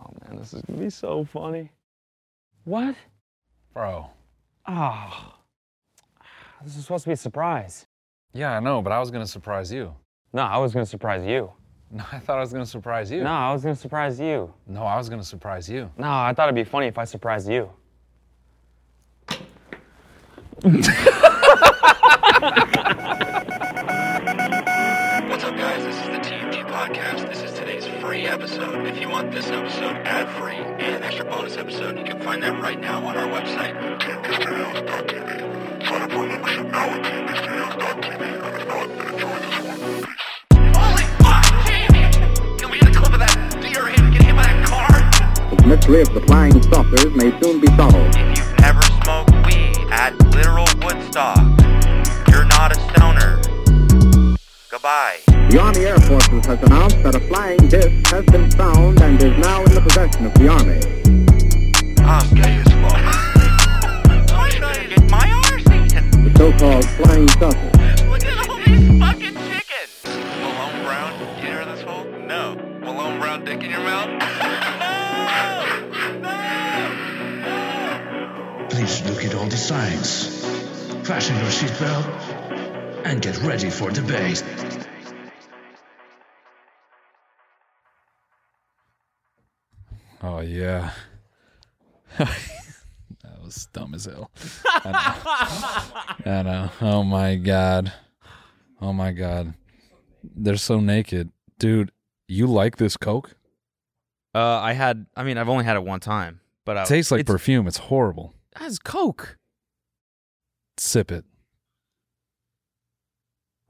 Oh man, this is gonna be so funny. What? Bro. Oh. This is supposed to be a surprise. Yeah, I know, but I was gonna surprise you. No, I was gonna surprise you. No, I thought I was gonna surprise you. No, I was gonna surprise you. No, I was gonna surprise you. No, I thought it'd be funny if I surprised you. What's up, guys? This is the TMG Podcast. This is today's free episode. If you want this episode ad free and an extra bonus episode, you can find that right now on our website, TMGStudios.tv. Sign up for a membership now at TMGStudios.tv. And if not, then enjoy this one. Peace. Holy fuck, Jamie! Can we get a clip of that deer him get hit by that car? The mystery of the flying saucers may soon be If solved. you've never smoked weed at literal Woodstock, you're not a stoner. Goodbye. The Army Air Forces has announced that a flying disc has been found and is now in the possession of the Army. I'm gay as fuck. I'm trying to get my arse eaten. The so-called flying saucer. Look at all these fucking chickens. Malone Brown, you hear this hole? No. Malone Brown dick in your mouth? no! No! Please look at all the signs. Fasten your seatbelt and get ready for debate. Oh yeah. that was dumb as hell. I know. I know. Oh my god. Oh my god. They're so naked. Dude, you like this Coke? Uh, I had. I mean, I've only had it one time, but I, It tastes like it's, perfume. It's horrible. That's Coke. Sip it.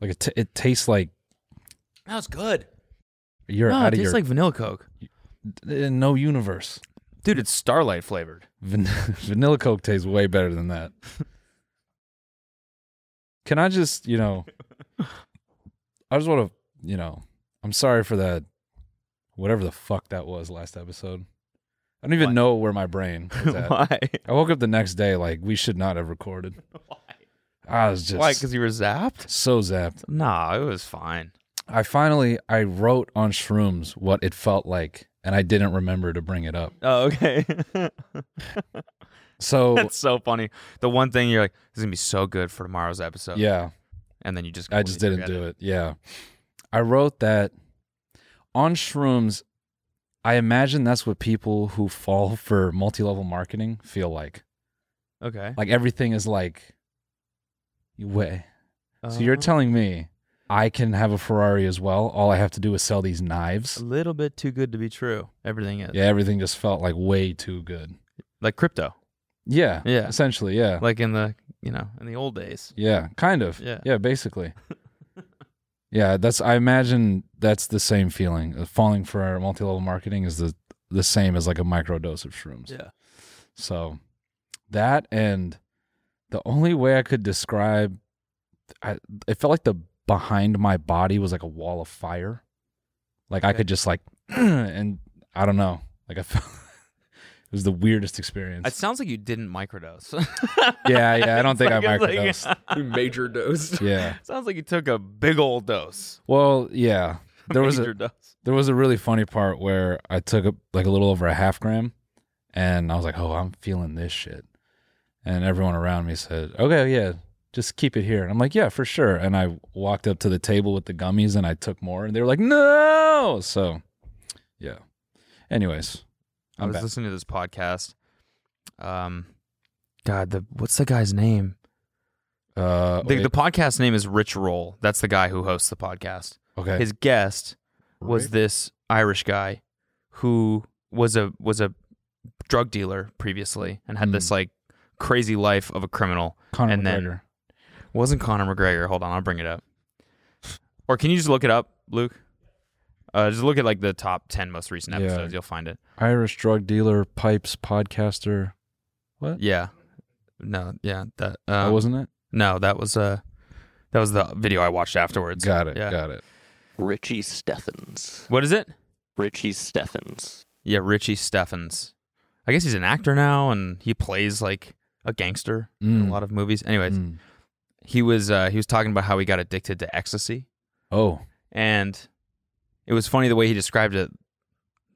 Like it, t- it tastes like That was good. you're no, out it of tastes your like vanilla Coke, in no universe. dude. It's Starlight flavored. Van- vanilla Coke tastes way better than that. Can I just, you know, I just want to, you know, I'm sorry for that, whatever the fuck that was last episode. I don't even What? know where my brain was at. Why? I woke up the next day like we should not have recorded. I was just Why? Because you were zapped? so zapped. Nah, it was fine. I finally I wrote on shrooms what it felt like, and I didn't remember to bring it up. Oh, okay. So That's so funny. The one thing you're like, this is gonna be so good for tomorrow's episode. yeah, and then you just I just completely didn't forget do it. Yeah. I wrote that on shrooms. I imagine that's what people who fall for multi level marketing feel like. Okay. Like everything is like, way. So you're Uh, telling me I can have a Ferrari as well. All I have to do is sell these a knives. little bit too good to be true. Everything is Yeah, everything just felt like way too good. like crypto, Yeah. Yeah. Essentially, yeah. like in the you know in the old days. Yeah, kind of. Yeah. Yeah, basically. yeah, that's I imagine that's the same feeling. Uh, Falling for multi-level marketing is the the same as like a micro dose of shrooms. Yeah. So that and the only way I could describe I it felt like the behind my body was like a wall of fire. Like I Okay. could just like and I don't know. Like I felt it was the weirdest experience. It sounds like you didn't microdose. yeah, yeah, I don't think I Like, it's microdosed. like- major dose. yeah. sounds like you took a big old dose. Well, yeah. There was Major a, dose. there was a really funny part where I took a, like a little over a half gram, and I was like, "Oh, I'm feeling this shit," and everyone around me said, "Okay, yeah, just keep it here." And I'm like, "Yeah, for sure." And I walked up to the table with the gummies, and I took more, and they were like, "No!" So, yeah. Anyways, i I'm was back. listening to this podcast. Um, God, the what's the guy's name? uh, The, wait. the podcast name is Rich Roll. That's the guy who hosts the podcast. okay, His guest was Right. this Irish guy who was a was a drug dealer previously and had this like crazy life of a criminal. Hmm. Conor and then- McGregor. Wasn't Conor McGregor? Hold on, I'll bring it up. Or can you just look it up, Luke? Uh, just look at like the top ten most recent Yeah. episodes. You'll find it. Irish drug dealer, pipes, podcaster. What? Yeah. No. Yeah. That. Um, That wasn't it? No. That was uh, that was the video I watched afterwards. Got it. Yeah. Got it. Richie Steffens. What is it? Richie Steffens. Yeah, Richie Steffens. I guess he's an actor now, and he plays like a gangster in Mm. a lot of movies. Anyways, Mm. he was uh, he was talking about how he got addicted to ecstasy, Oh, and it was funny the way he described it.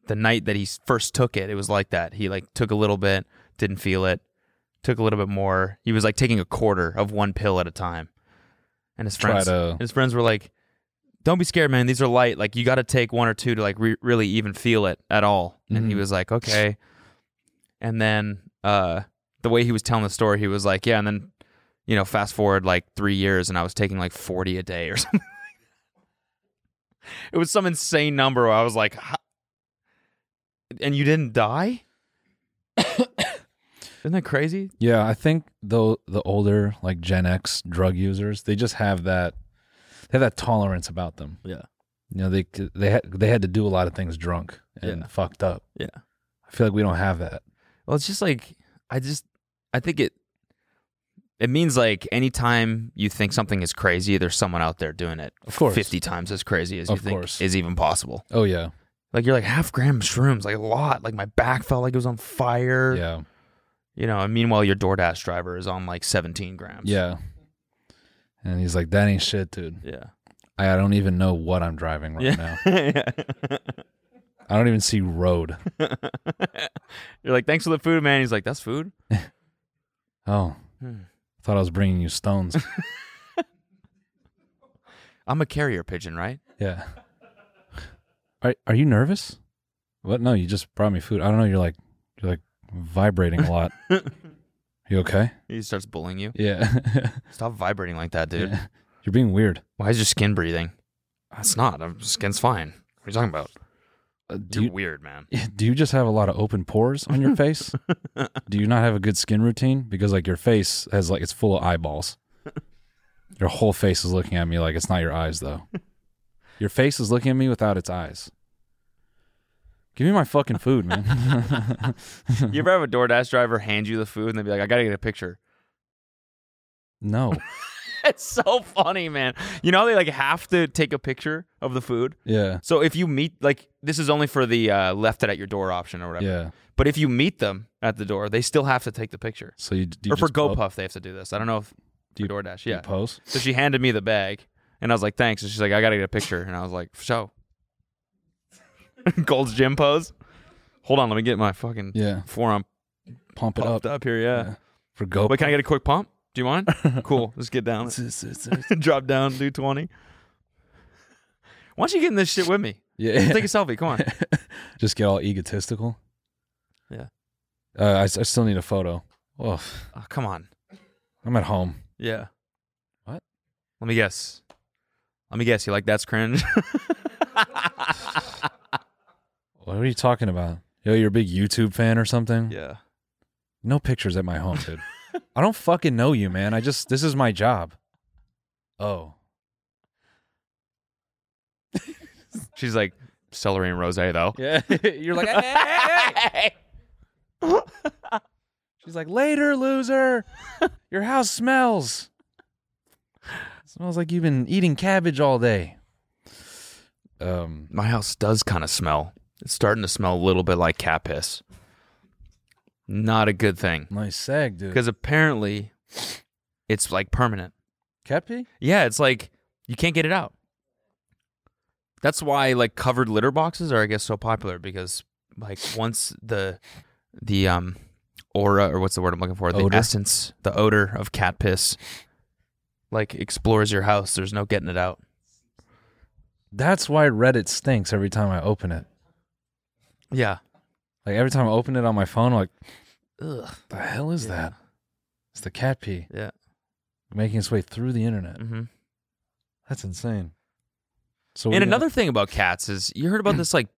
The night that he s- first took it, it was like that. He like took a little bit, didn't feel it, took a little bit more. He was like taking a quarter of one pill at a time, and his Try friends to- his friends were like, "Don't be scared, man. These are light. Like you got to take one or two to like re- really even feel it at all." And he Mhm. was like, "Okay." And then uh, the way he was telling the story, he was like, "Yeah." And then you know, fast forward like three years, and I was taking like forty a day or something. it was some insane number. Where I was like, "Huh? "And you didn't die." Isn't that crazy? yeah. I think though the older like Gen X drug users, they just have that they have that tolerance about them. Yeah. You know they c- they had they had to do a lot of things drunk and Yeah. fucked up. Yeah. I feel like we don't have that. Well, it's just like I just I think it it means like anytime you think something is crazy, there's someone out there doing it. Of course. fifty times as crazy as Of you think course. is even possible. Oh yeah, Like you're like half gram shrooms, like a lot. Like my back felt like it was on fire. yeah, You know. And meanwhile, your DoorDash driver is on like seventeen grams. yeah. And he's like, "That ain't shit, dude. Yeah. I, I don't even know what I'm driving right now. I don't even see road. you're like, thanks for the food, man. He's like, that's food. Oh, Hmm. thought I was bringing you stones. I'm a carrier pigeon, right? Yeah. Are are you nervous? What? No, you just brought me food. I don't know. You're like you're like vibrating a lot. you okay? He starts bullying you. Yeah. Stop vibrating like that, dude. Yeah. You're being weird. Why is your skin breathing? It's not. I'm- Skin's fine. What are you talking about? Uh, do You're you, weird, man. do you just have a lot of open pores on your face? do you not have a good skin routine? Because like your face has like it's full of eyeballs. Your whole face is looking at me like it's not your eyes though. Your face is looking at me without its eyes. Give me my fucking food, man. You ever have a DoorDash driver hand you the food and they'd be like, "I gotta get a picture." no. It's so funny, man. You know how they like have to take a picture of the food. Yeah. So if you meet, like, this is only for the uh, left it at your door option or whatever. Yeah. But if you meet them at the door, they still have to take the picture. So you, do you or for just po- GoPuff, they have to do this. I don't know if Do you- for DoorDash. do you Yeah. pose? So she handed me the bag, and I was like, "Thanks." And she's like, "I gotta get a picture," and I was like, "So." Gold's gym pose. Hold on, let me get my fucking Yeah. forearm Pump it pumped up, up, here. Yeah. Yeah. for GoPuff. Wait, can I get a quick pump? Do you mind? cool. Let's get down. Drop down. Do twenty. Why don't you get in this shit with me? yeah. Take a selfie. Come on. Just get all egotistical. Yeah. Uh, I, s- I still need a photo. Oh, Oh, come on. I'm at home. Yeah. What? Let me guess. Let me guess. You like that's cringe? What are you talking about? Yo, you're a big YouTube fan or something? yeah. No pictures at my home, dude. I don't fucking know you, man. I just this is my job. Oh. She's like celery and rose though. Yeah. you're like, "Eh." she's like, later, loser. Your house smells. smells like you've been eating cabbage all day. Um. My house does kind of smell. It's starting to smell a little bit like cat piss. Not a good thing. Nice seg, dude. Because apparently it's like permanent. cat pee? Yeah, it's like you can't get it out. That's why like covered litter boxes are I guess so popular because like once the the um aura or what's the word I'm looking for? The Odor? essence, the odor of cat piss like explores your house, there's no getting it out. That's why Reddit stinks every time I open it. Yeah. Like every time I open it on my phone, I'm like, Ugh. the hell is that? It's the cat pee Yeah. making its way through the internet. Mhm. That's insane. So we And gotta- another thing about cats is you heard about this like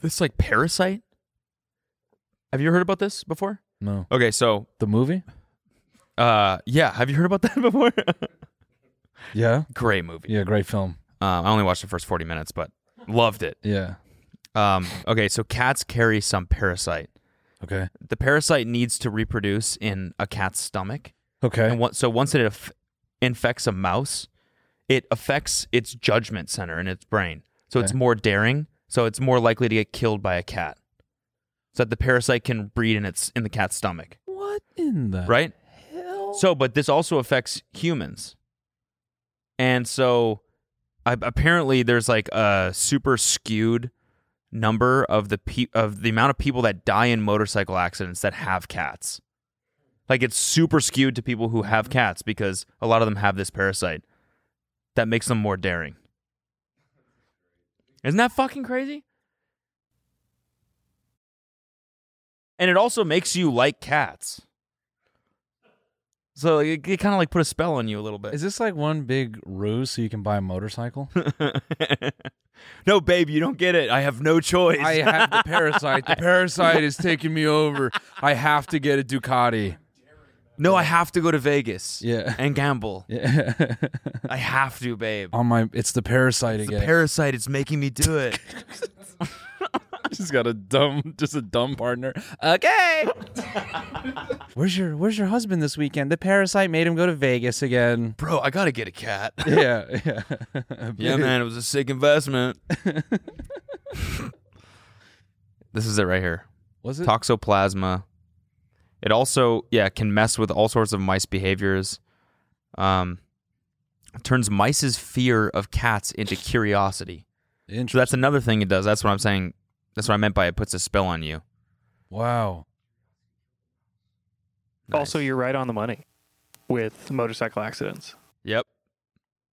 this like parasite? Have you heard about this before? no Okay, so the movie. uh yeah, have you heard about that before? Yeah, Great movie. yeah, great film. Um, I only watched the first 40 minutes, but Loved it. Yeah. Um, okay, so cats carry some parasite. Okay. The parasite needs to reproduce in a cat's stomach. Okay. And what, so once it aff- infects a mouse, it affects its judgment center in its brain. So it's Okay. more daring. So it's more likely to get killed by a cat. So that the parasite can breed in its in the cat's stomach, What in the right? So, but this also affects humans. And so, I, apparently, there's like a super skewed number of the pe- of the amount of people that die in motorcycle accidents that have cats. Like it's super skewed to people who have cats because a lot of them have this parasite that makes them more daring. Isn't that fucking crazy? And it also makes you like cats. So it, it kind of like put a spell on you a little bit. Is this like one big ruse so you can buy a motorcycle? no, babe, you don't get it. I have no choice. I have the parasite. The parasite is taking me over. I have to get a Ducati. no, I have to go to Vegas. Yeah. And gamble. Yeah. I have to, babe. On my, it's the parasite the again. parasite is making me do it. She's got a dumb, just a dumb partner. Okay. where's your Where's your husband this weekend? The parasite made him go to Vegas again. Bro, I got to get a cat. Yeah, yeah, yeah, man, it was a sick investment. this is it right here. Was it? toxoplasma. It also, yeah, can mess with all sorts of mice behaviors. Um, turns mice's fear of cats into curiosity. So Interesting. that's another thing it does. That's what I'm saying. That's what I meant by it puts a spell on you. Wow. Also, you're right on the money with motorcycle accidents. Yep.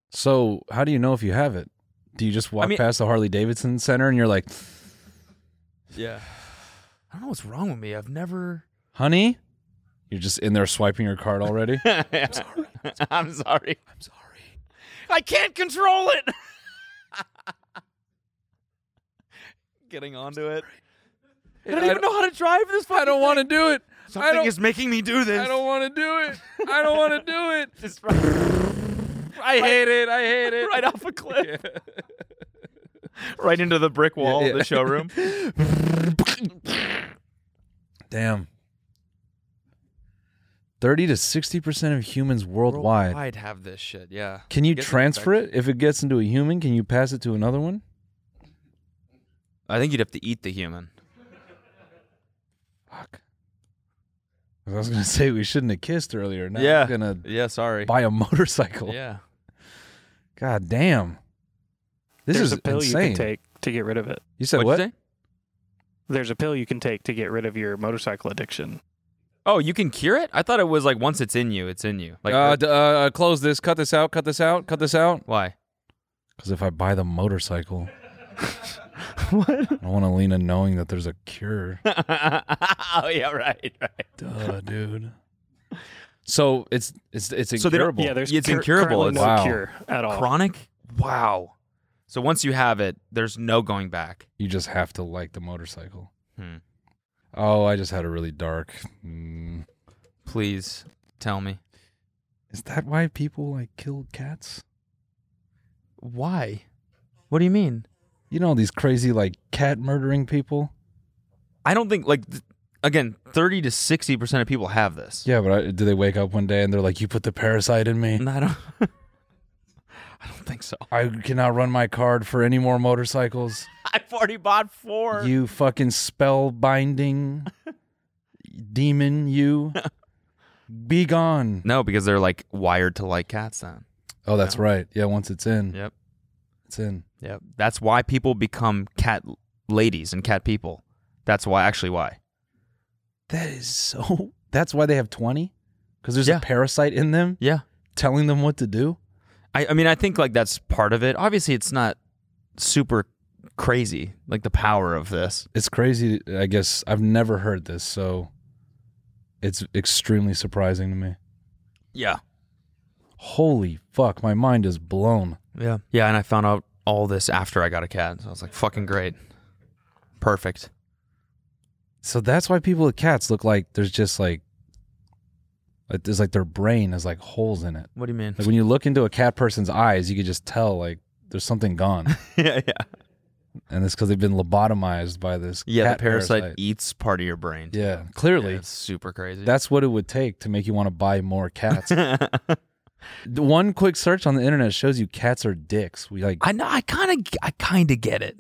So how do you know if you have it? Do you just walk mean- past the Harley Davidson Center and you're like, Yeah. I don't know what's wrong with me. I've never. honey? You're just in there swiping your card already. I'm sorry. I'm sorry. I'm sorry. I can't control it. Getting onto it. I don't even know how to drive this. I don't want to do it. I Something don't. is making me do this. I don't want to do it. I don't want to do it. It's right, I hate it. I hate it. right off a cliff. right into the brick wall yeah. of the showroom. Damn. 30 to 60% of humans worldwide. I'd have this shit, yeah. Can you Gets transfer infected. it? If it gets into a human, can you pass it to another one? I think you'd have to eat the human. Fuck. I was going to say we shouldn't have kissed earlier. Now yeah. I'm going to yeah, sorry. buy a motorcycle. Yeah. God damn. This There's is a pill insane. you can take to get rid of it. You said What'd what? you say? There's a pill you can take to get rid of your motorcycle addiction. Oh, you can cure it? I thought it was like once it's in you, it's in you. Like uh, d- uh, uh, close this. Cut this out. Cut this out. Cut this out. why? Because if I buy the motorcycle, what? I want Alina knowing that there's a cure. oh yeah, right, right. Duh, dude. So it's it's it's So they don't- incurable. Yeah, there's It's cur- incurable. currently It's- no Wow. cure at all. Chronic? Wow. So once you have it, there's no going back. you just have to like the motorcycle. Hmm. Oh, I just had a really dark. Mm. Please tell me. Is that why people like kill cats? Why? What do you mean? You know these crazy like cat murdering people. I don't think like th- again, thirty to sixty percent of people have this. Yeah, but I, do they wake up one day and they're like, "You put the parasite in me. And I don't. I don't think so. I cannot run my card for any more motorcycles. I've already bought four. You fucking spellbinding demon, you be gone." no, because they're like wired to like cats. Then. Oh, that's right. Yeah, once it's in, Yep. it's in. Yep. That's why people become cat ladies and cat people. That's why actually why. That is so. That's why they have 20? Because there's Yeah. a parasite in them Yeah. telling them what to do? I, I mean, I think like that's part of it. Obviously, it's not super crazy, like the power of this. It's crazy. I guess I've never heard this, so it's extremely surprising to me. Yeah. Holy fuck, my mind is blown. Yeah. Yeah. And I found out all this after I got a cat. So I was like, fucking great. Perfect. So that's why people with cats look like there's just like, like there's like their brain has like holes in it. What do you mean? Like when you look into a cat person's eyes, you could just tell like there's something gone. yeah. Yeah. and it's because they've been lobotomized by this Yeah, cat the parasite, eats part of your brain. too. Yeah, clearly. it's super crazy. That's what it would take to make you want to buy more cats. The One quick search on the internet shows you cats are dicks. We like I know. I kind of, I kind of get it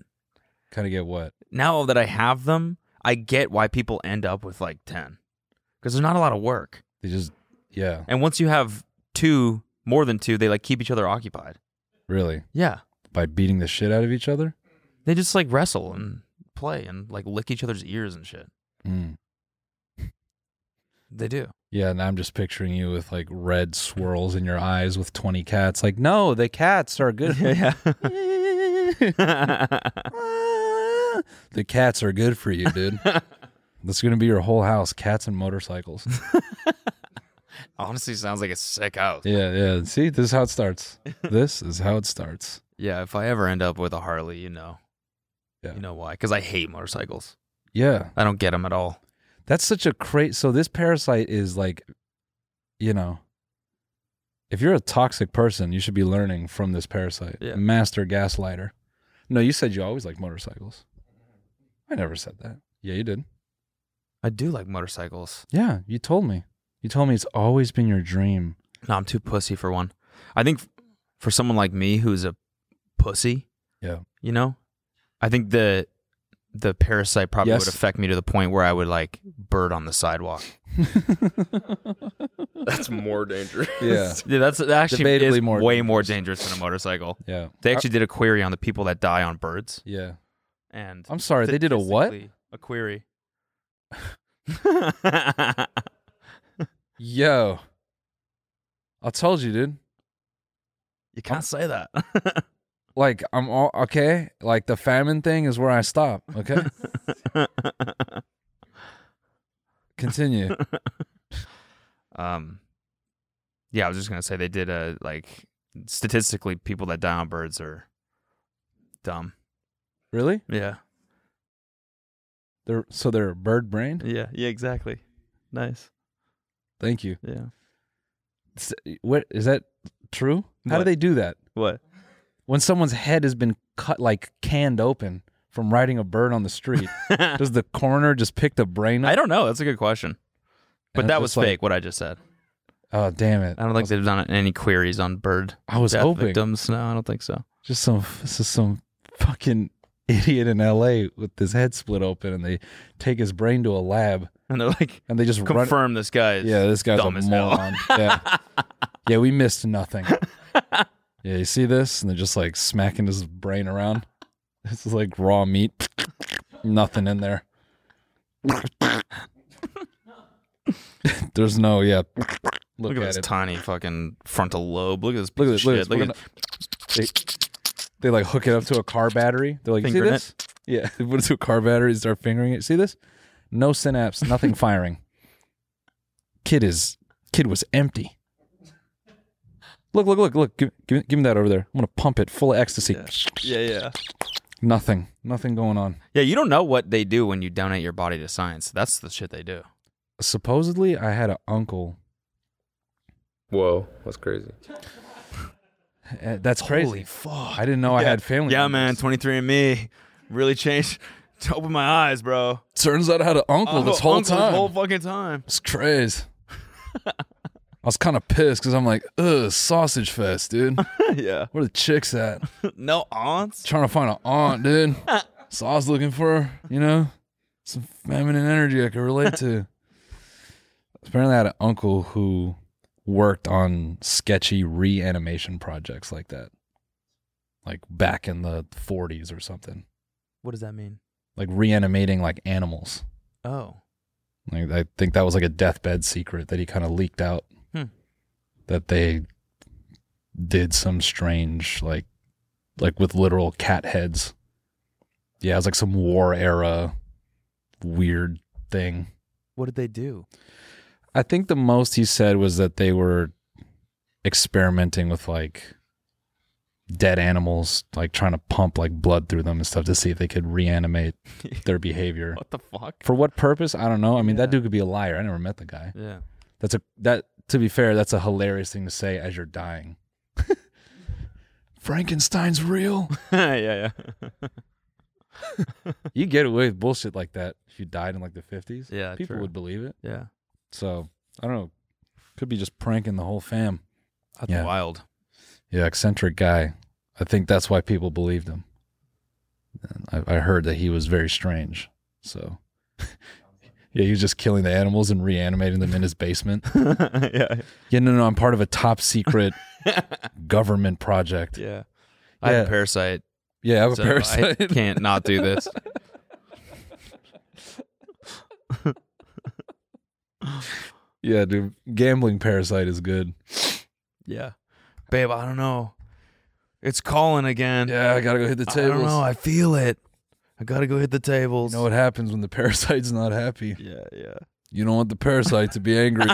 kind of get what? now that I have them. I get why people end up with like ten because there's not a lot of work. They just yeah, And once you have two, more than two, they like keep each other occupied. really. Yeah, By beating the shit out of each other? they just like wrestle and play and like lick each other's ears and shit. Mm. They do. Yeah, and I'm just picturing you with like red swirls in your eyes with 20 cats. Like, no, the cats are good. yeah. the cats are good for you, dude. That's going to be your whole house cats and motorcycles. Honestly, sounds like a sick house. yeah, yeah. See, this is how it starts. This is how it starts. Yeah, if I ever end up with a Harley, you know, Yeah. you know why? Because I hate motorcycles. Yeah. I don't get them at all. That's such a crazy. So this parasite is like, you know, if you're a toxic person, you should be learning from this parasite. Yeah. Master gaslighter. No, you said you always liked motorcycles. I never said that. Yeah, you did. I do like motorcycles. Yeah, you told me. You told me it's always been your dream. No, I'm too pussy for one. I think f- for someone like me who's a pussy, Yeah. you know, I think the the parasite probably Yes. would affect me to the point where I would like bird on the sidewalk. That's more dangerous. Yeah. Yeah, that's that actually Debatably is more way more dangerous than a motorcycle. Yeah. They actually did a query on the people that die on birds, Yeah. and I'm sorry, they did a what? statistically, A query. Yo. I told you, dude. you can't say that. Like I'm all okay. Like the famine thing is where I stop. Okay. Continue. um, yeah, I was just gonna say they did a like statistically, people that die on birds are dumb. Really? Yeah, They're so they're bird brain. yeah, yeah, exactly. Nice. Thank you. Yeah. S- What is that true? How What? do they do that? What? When someone's head has been cut like canned open from riding a bird on the street, I does the coroner just pick the brain up? don't know. That's a good question. But And that it's was just like- fake. What I just said. Oh damn it! I don't think they've done any queries on bird I was death hoping victims. No, I don't think so. just some this is some fucking idiot in L.A. with his head split open, and they take his brain to a lab, And they're like, and they just run. confirm this guy. Is Yeah, this guy's dumb a as hell. moron. yeah. yeah, we missed nothing. Yeah, you see this? And they're just like smacking his brain around. This is like raw meat. nothing in there. There's no, yeah. Look, Look, at, at, this it. tiny fucking frontal lobe. Look at this. Look at piece this. of Look at shit. this. We're Look at They like hook it up to a car battery. They're like, you see Fingering this? Yeah, they put it to a car battery, start fingering it. See this? No synapse, nothing firing. Kid is kid was empty. Look, look, look, look. Give, give, me- give me that over there. I'm gonna pump it full of ecstasy. Yeah, yeah. Nothing, nothing going on. Yeah, you don't know what they do when you donate your body to science. That's the shit they do. supposedly I had an uncle. Whoa, that's crazy. Uh, That's crazy. Holy fuck. I didn't know I Yeah. had family. Yeah, man. members. 23andMe really changed. To open my eyes, bro. Turns out I had an uncle Oh, this whole uncle time. whole fucking time. it's crazy. I was kind of pissed because I'm like, ugh, sausage fest, dude. yeah. Where the chicks at? No aunts? Trying to find an aunt, dude. So I was looking for, you know, some feminine energy I could relate to. Apparently, I had an uncle who worked on sketchy reanimation projects like that, like back in the 40s or something. What does that mean? like reanimating like animals. Oh. Like I think that was like a deathbed secret that he kind of leaked out Hmm. that they did some strange like like with literal cat heads. Yeah, it was like some war era weird thing. What did they do? I think the most he said was that they were experimenting with like dead animals, like trying to pump like blood through them and stuff to see if they could reanimate their behavior. What the fuck? For what purpose? I don't know. I mean, Yeah. that dude could be a liar. I never met the guy. Yeah. That's a that to be fair, that's a hilarious thing to say as you're dying. Frankenstein's real. yeah, yeah. you get away with bullshit like that if you died in like the 50s. Yeah, People true. would believe it. Yeah. So, I don't know. Could be just pranking the whole fam. That's wild. Yeah, eccentric guy. I think that's why people believed him. And I, I heard that he was very strange. So, yeah, he was just killing the animals and reanimating them in his basement. yeah. Yeah, no, no, I'm part of a top secret government project. Yeah. I have Yeah. a parasite. Yeah, I have a so I parasite. can't not do this. Yeah, dude, gambling parasite is good. Yeah. Babe, I don't know. It's calling again. Yeah, I gotta go hit the I don't tables. know. I feel it. I gotta go hit the tables. You know what happens when the parasite's not happy? Yeah, yeah. You don't want the parasite to be angry.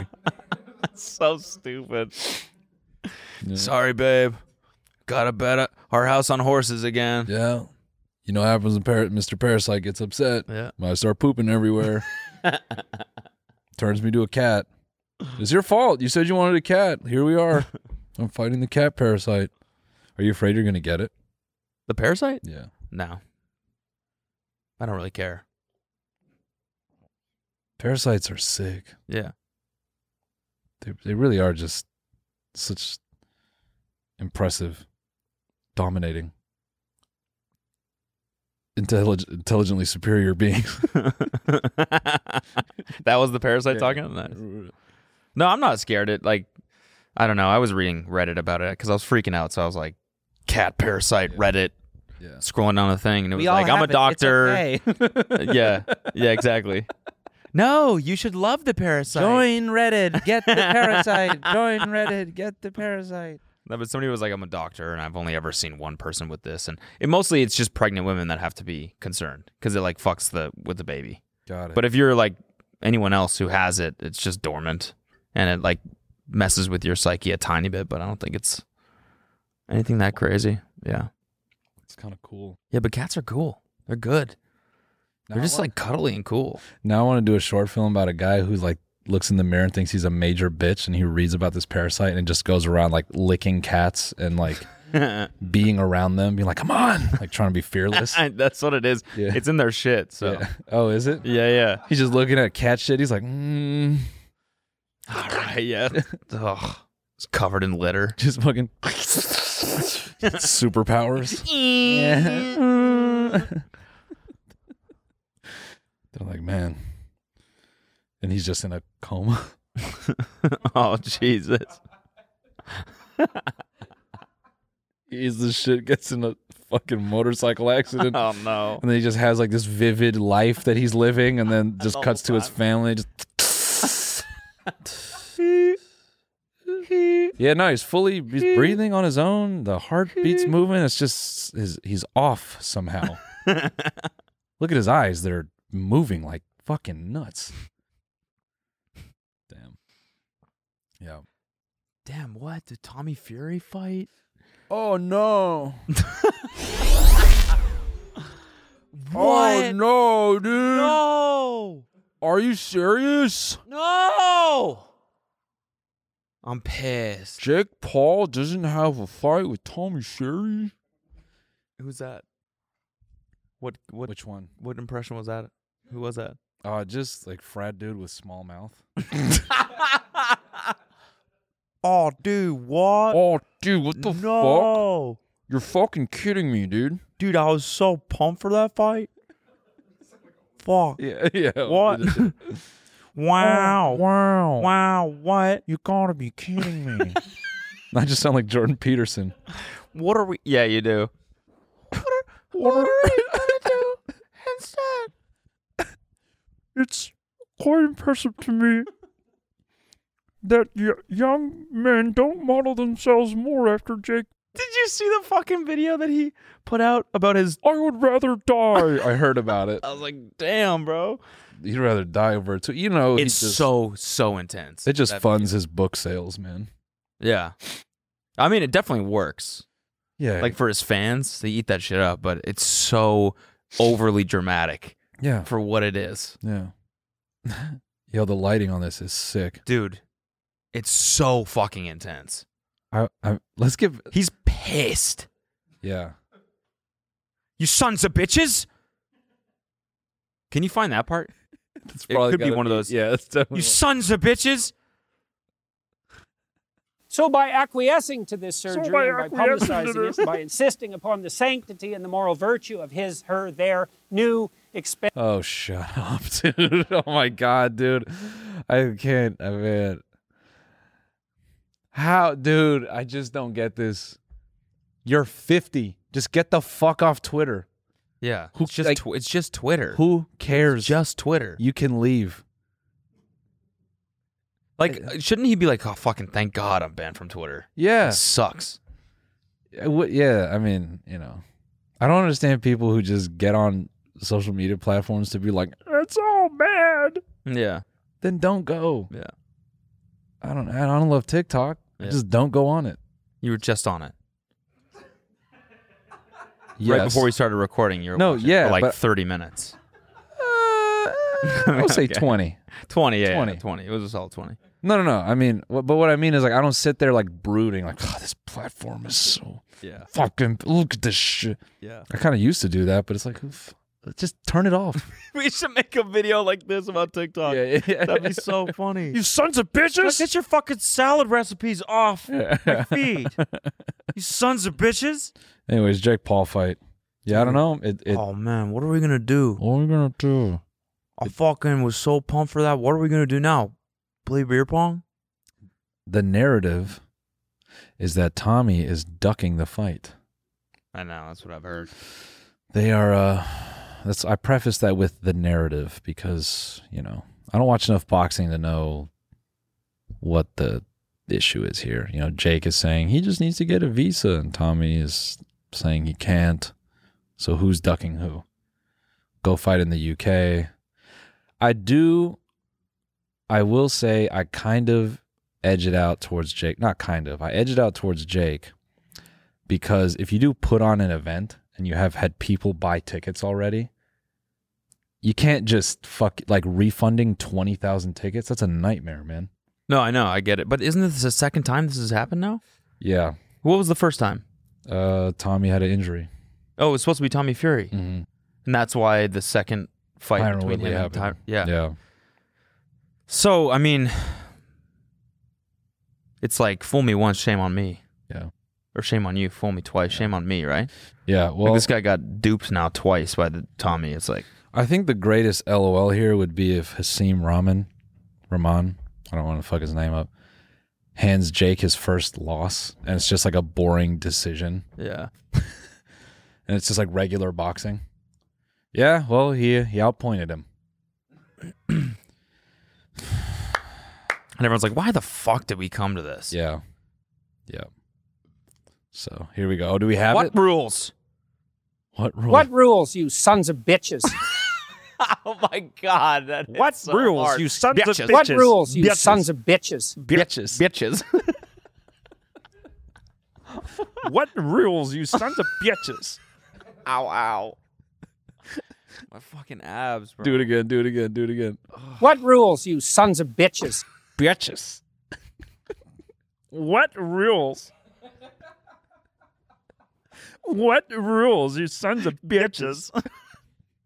so stupid. Sorry, babe. Got a bet o- our house on horses again. yeah. You know what happens when Par- Mr. Parasite gets upset? Yeah. When I start pooping everywhere. Turns me to a cat. It's your fault. You said you wanted a cat. Here we are. I'm fighting the cat parasite. Are you afraid you're going to get it? The parasite? Yeah. No. I don't really care. Parasites are sick. Yeah. They, they really are just such impressive, dominating, intellig- intelligently superior beings. that was the parasite Yeah. talking. Nice. No, I'm not scared. It like I don't know. I was reading Reddit about it because I was freaking out. So I was like, cat parasite Reddit. Yeah. Scrolling down the thing and it was all like, I'm have a it. It's doctor. okay. yeah, yeah, exactly. No, you should love the parasite. Join Reddit. Get the parasite. Join Reddit. Get the parasite. No, but somebody was like, "I'm a doctor, and I've only ever seen one person with this." And it, mostly, it's just pregnant women that have to be concerned because it like fucks the with the baby. Got it. But if you're like anyone else who has it, it's just dormant, and it like messes with your psyche a tiny bit. But I don't think it's anything that crazy. Yeah, It's kind of cool. yeah. But cats are cool. They're good. They're just like cuddly and cool. Now I want to do a short film about a guy who's like looks in the mirror and thinks he's a major bitch and he reads about this parasite and just goes around like licking cats and like being around them, being like, come on, like trying to be fearless. That's what it is. Yeah. It's in their shit. So Yeah. Oh, is it? yeah, yeah. He's just looking at cat shit. He's like, mm, All right, yeah. Ugh. It's covered in litter. just fucking superpowers. They're like, man. And he's just in a coma. oh Jesus! he's the shit gets in a fucking motorcycle accident. Oh no! And then he just has like this vivid life that he's living and then just cuts to his family. Just Yeah, no, he's fully he's breathing on his own. The heartbeat's moving. It's just his he's off somehow. Look at his eyes. They're moving like fucking nuts. Damn. Yeah. Damn! What did Tommy Fury fight? Oh no. Oh, What? Oh, no, dude. No. Are you serious? No. I'm pissed. Jake Paul doesn't have a fight with Tommy Sherry? Who's that? What? What? Which one? What impression was that? Who was that? Uh just like frat dude with small mouth. Oh, dude, what? Oh dude, what the fuck? no. You're fucking kidding me, dude. Dude, I was so pumped for that fight. Fuck. Yeah, yeah. Oh, What? wow. wow. Wow. What? You gotta be kidding me. I just sound like Jordan Peterson. What are we? Yeah, you do. What are you gonna do instead? it's quite impressive to me that y- young men don't model themselves more after Jake. Did you see the fucking video that he put out about his? I would rather die. I heard about it. I was like, damn, bro. He'd rather die over it. too. You know, he It's just- so so intense. it just That- funds his book sales, man. Yeah. I mean, it definitely works. Yeah. Like for his fans, they eat that shit up, but it's so overly dramatic Yeah. for what it is. Yeah. Yo, the lighting on this is sick. Dude, it's so fucking intense. I, I let's give He's pissed. yeah. You sons of bitches. Can you find that part? That's probably it could be gotta one of be- those. yeah, it's definitely- you sons of bitches. So by acquiescing to this So surgery by and by acquiescing to publicizing this- it, by insisting upon the sanctity and the moral virtue of his, her, their new expense. Oh, shut up, dude. Oh my god, dude. I can't. I mean, how, dude? I just don't get this. You're 50. Just get the fuck off Twitter. Yeah, Who- it's just like- tw- it's just Twitter. Who cares? just Twitter. You can leave. Like, shouldn't he be like, oh fucking thank God I'm banned from Twitter? Yeah. It sucks. I would- Yeah, I mean, you know, I don't understand people who just get on social media platforms to be like, It's all bad. yeah, then don't go. Yeah, I don't. I don't love TikTok. Yeah. Just don't go on it. You were just on it. Yes. Right before we started recording, you were No, watching it yeah, for like but- 30 minutes. I'll Uh, say Okay. 20. 20, yeah, 20. 20. Yeah, 20. It was a solid 20. No, no, no. I mean, wh- but what I mean is like I don't sit there like brooding like God, this platform is so Yeah. fucking look at this shit. Yeah. I kind of used to do that, but it's like who f- just turn it off. We should make a video like this about TikTok. Yeah, yeah. That'd be so Oh, funny. You sons of bitches. Get your fucking salad recipes off my feed. You sons of bitches. Anyways, Jake Paul fight. Yeah, I don't know. It, it Oh man, what are we gonna do? What are we gonna do? I fucking was so pumped for that. What are we gonna do now? Play beer pong? the narrative is that Tommy is ducking the fight. I know that's what I've heard. They are. uh That's I preface that with the narrative because you know I don't watch enough boxing to know what the issue is here. You know, Jake is saying he just needs to get a visa, and Tommy is saying he can't. So who's ducking who? Go fight in the UK. I do. I will say I kind of edge it out towards Jake. Not kind of. I edge it out towards Jake because if you do put on an event and you have had people buy tickets already, you can't just fuck like refunding 20,000 tickets. That's a nightmare, man. No, I know, I get it. But isn't this the second time this has happened now? Yeah. What was the first time? Uh, Tommy had an injury. Oh, it's supposed to be Tommy Fury, and that's why the second Mm-hmm. fight Tyron between Woodley him and happened. Ty- yeah, Yeah. So I mean, it's like fool me once, shame on me. Yeah. Or shame on you, fool me twice, shame on me, right? Yeah. Like, Well, this guy got duped now twice by the Tommy. It's like I think the greatest LOL here would be if Hasim Rahman, Rahman, I don't want to fuck his name up, hands Jake his first loss, and it's just like a boring decision, yeah, and it's just like regular boxing. Yeah, well, he he outpointed him. and everyone's like, why the fuck did we come to this? Yeah, yeah. So here we go. Oh, do we have What it? rules? What rules? What rules, you sons of bitches? oh my god, that What so rules, hard. you sons of Bitches. bitches? What rules, you sons of bitches? Bitches. Bitches. what rules, you sons of bitches? Ow, ow. My fucking abs, bro. Do it again. Do it again. Do it again. What rules, you sons of bitches? Bitches. What rules? What rules, you sons of bitches?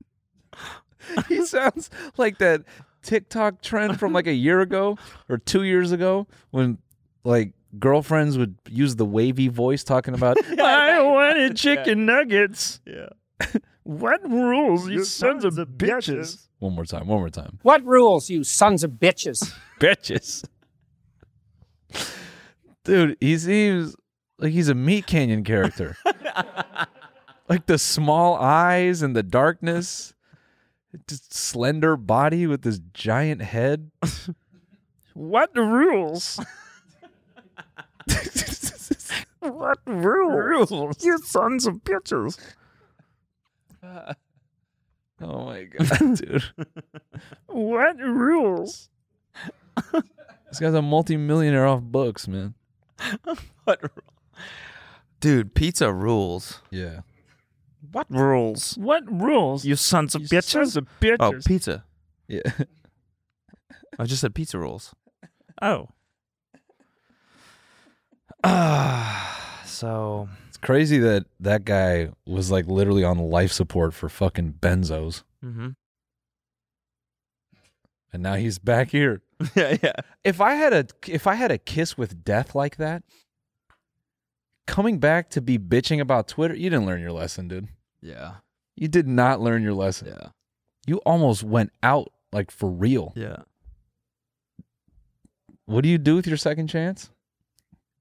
he sounds like that TikTok trend from like a year ago or two years ago when like girlfriends would use the wavy voice talking about I wanted chicken nuggets. Yeah. What rules, you sons of bitches? one more time, one more time. What rules, you sons of bitches? Bitches. Dude, he seems like he's a Meat Canyon character. like the small eyes and the darkness, just slender body with this giant head. What rules? what rules? rules? You sons of bitches. Oh my god, dude. What rules? This guy's a multimillionaire off books, man. Dude, pizza rules. Yeah. What rules? What rules? You sons of bitches. Sons of bitches. Oh, pizza. Yeah. I just said pizza rules. Oh. Ah, so It's crazy that that guy was like literally on life support for fucking benzos. mm-hmm. and now he's back here. yeah, yeah. If I had a if I had a kiss with death like that, coming back to be bitching about Twitter, you didn't learn your lesson, dude. Yeah. You did not learn your lesson. Yeah. You almost went out like for real. Yeah. What do you do with your second chance?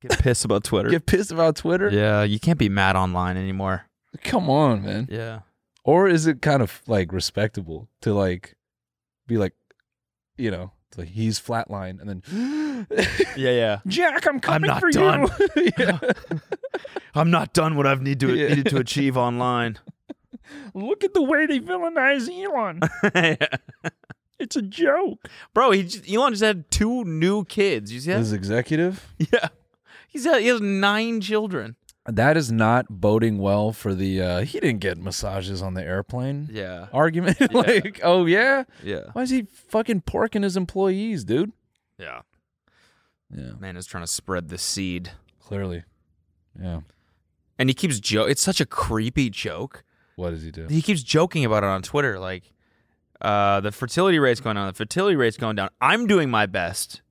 Get pissed about Twitter. Get pissed about Twitter? yeah, you can't be mad online anymore. Come on, man. Yeah. Or is it kind of like respectable to like be like, you know, it's like he's flatline and then Yeah, yeah. Jack, I'm coming not for done. you. I'm not done what I've need to Yeah. needed to achieve online. Look at the way they villainize Elon. It's a joke. Bro, he just, Elon just had two new kids. You see that? His executive. yeah. He's had, he has nine children. That is not boding well for the uh he didn't get massages on the airplane. Yeah. Argument. like, oh yeah? Yeah. Why is he fucking porking his employees, dude? Yeah. Yeah. Man is trying to spread the seed. Clearly. Yeah. And he keeps joke. It's such a creepy joke. What does he do? He keeps joking about it on Twitter like uh, the fertility rate's going down, the fertility rate's going down. I'm doing my best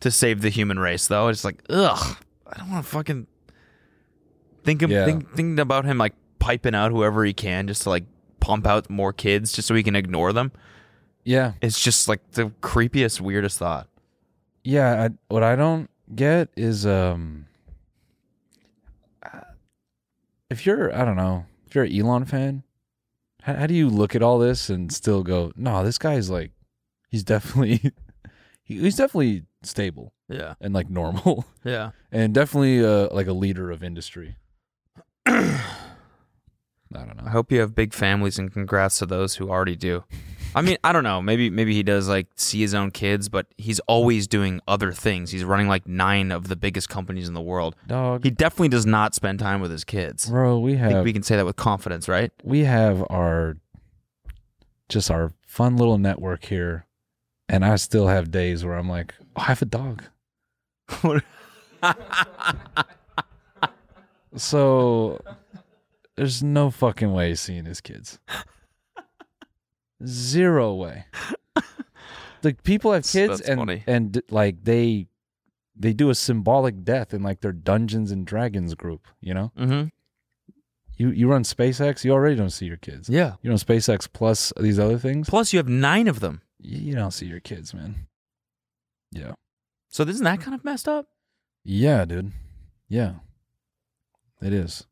to save the human race though. It's like, ugh, I don't want to fucking think him Yeah. think, think about him like piping out whoever he can just to like pump out more kids just so he can ignore them. Yeah. It's just like the creepiest, weirdest thought. Yeah, I, what I don't get is um if you're I don't know, if you're an Elon fan, how, how do you look at all this and still go, "No, this guy's like he's definitely he, he's definitely stable." Yeah. And like normal. Yeah. And definitely uh, like a leader of industry. I don't know. I hope you have big families and congrats to those who already do. I mean, I don't know. Maybe maybe he does like see his own kids, but he's always doing other things. He's running like nine of the biggest companies in the world. Dog. He definitely does not spend time with his kids. Bro, we I have think we can say that with confidence, right? we have our just our fun little network here and i still have days where i'm like oh, i have a dog so there's no fucking way he's seeing his kids zero way like people have kids that's and funny. and like they they do a symbolic death in like their dungeons and dragons group you know Mm-hmm. you you run SpaceX, you already don't see your kids. Yeah. You know SpaceX plus these other things. Plus, you have nine of them. You, you don't see your kids, man. Yeah. So isn't that kind of messed up? Yeah, dude. Yeah. It is.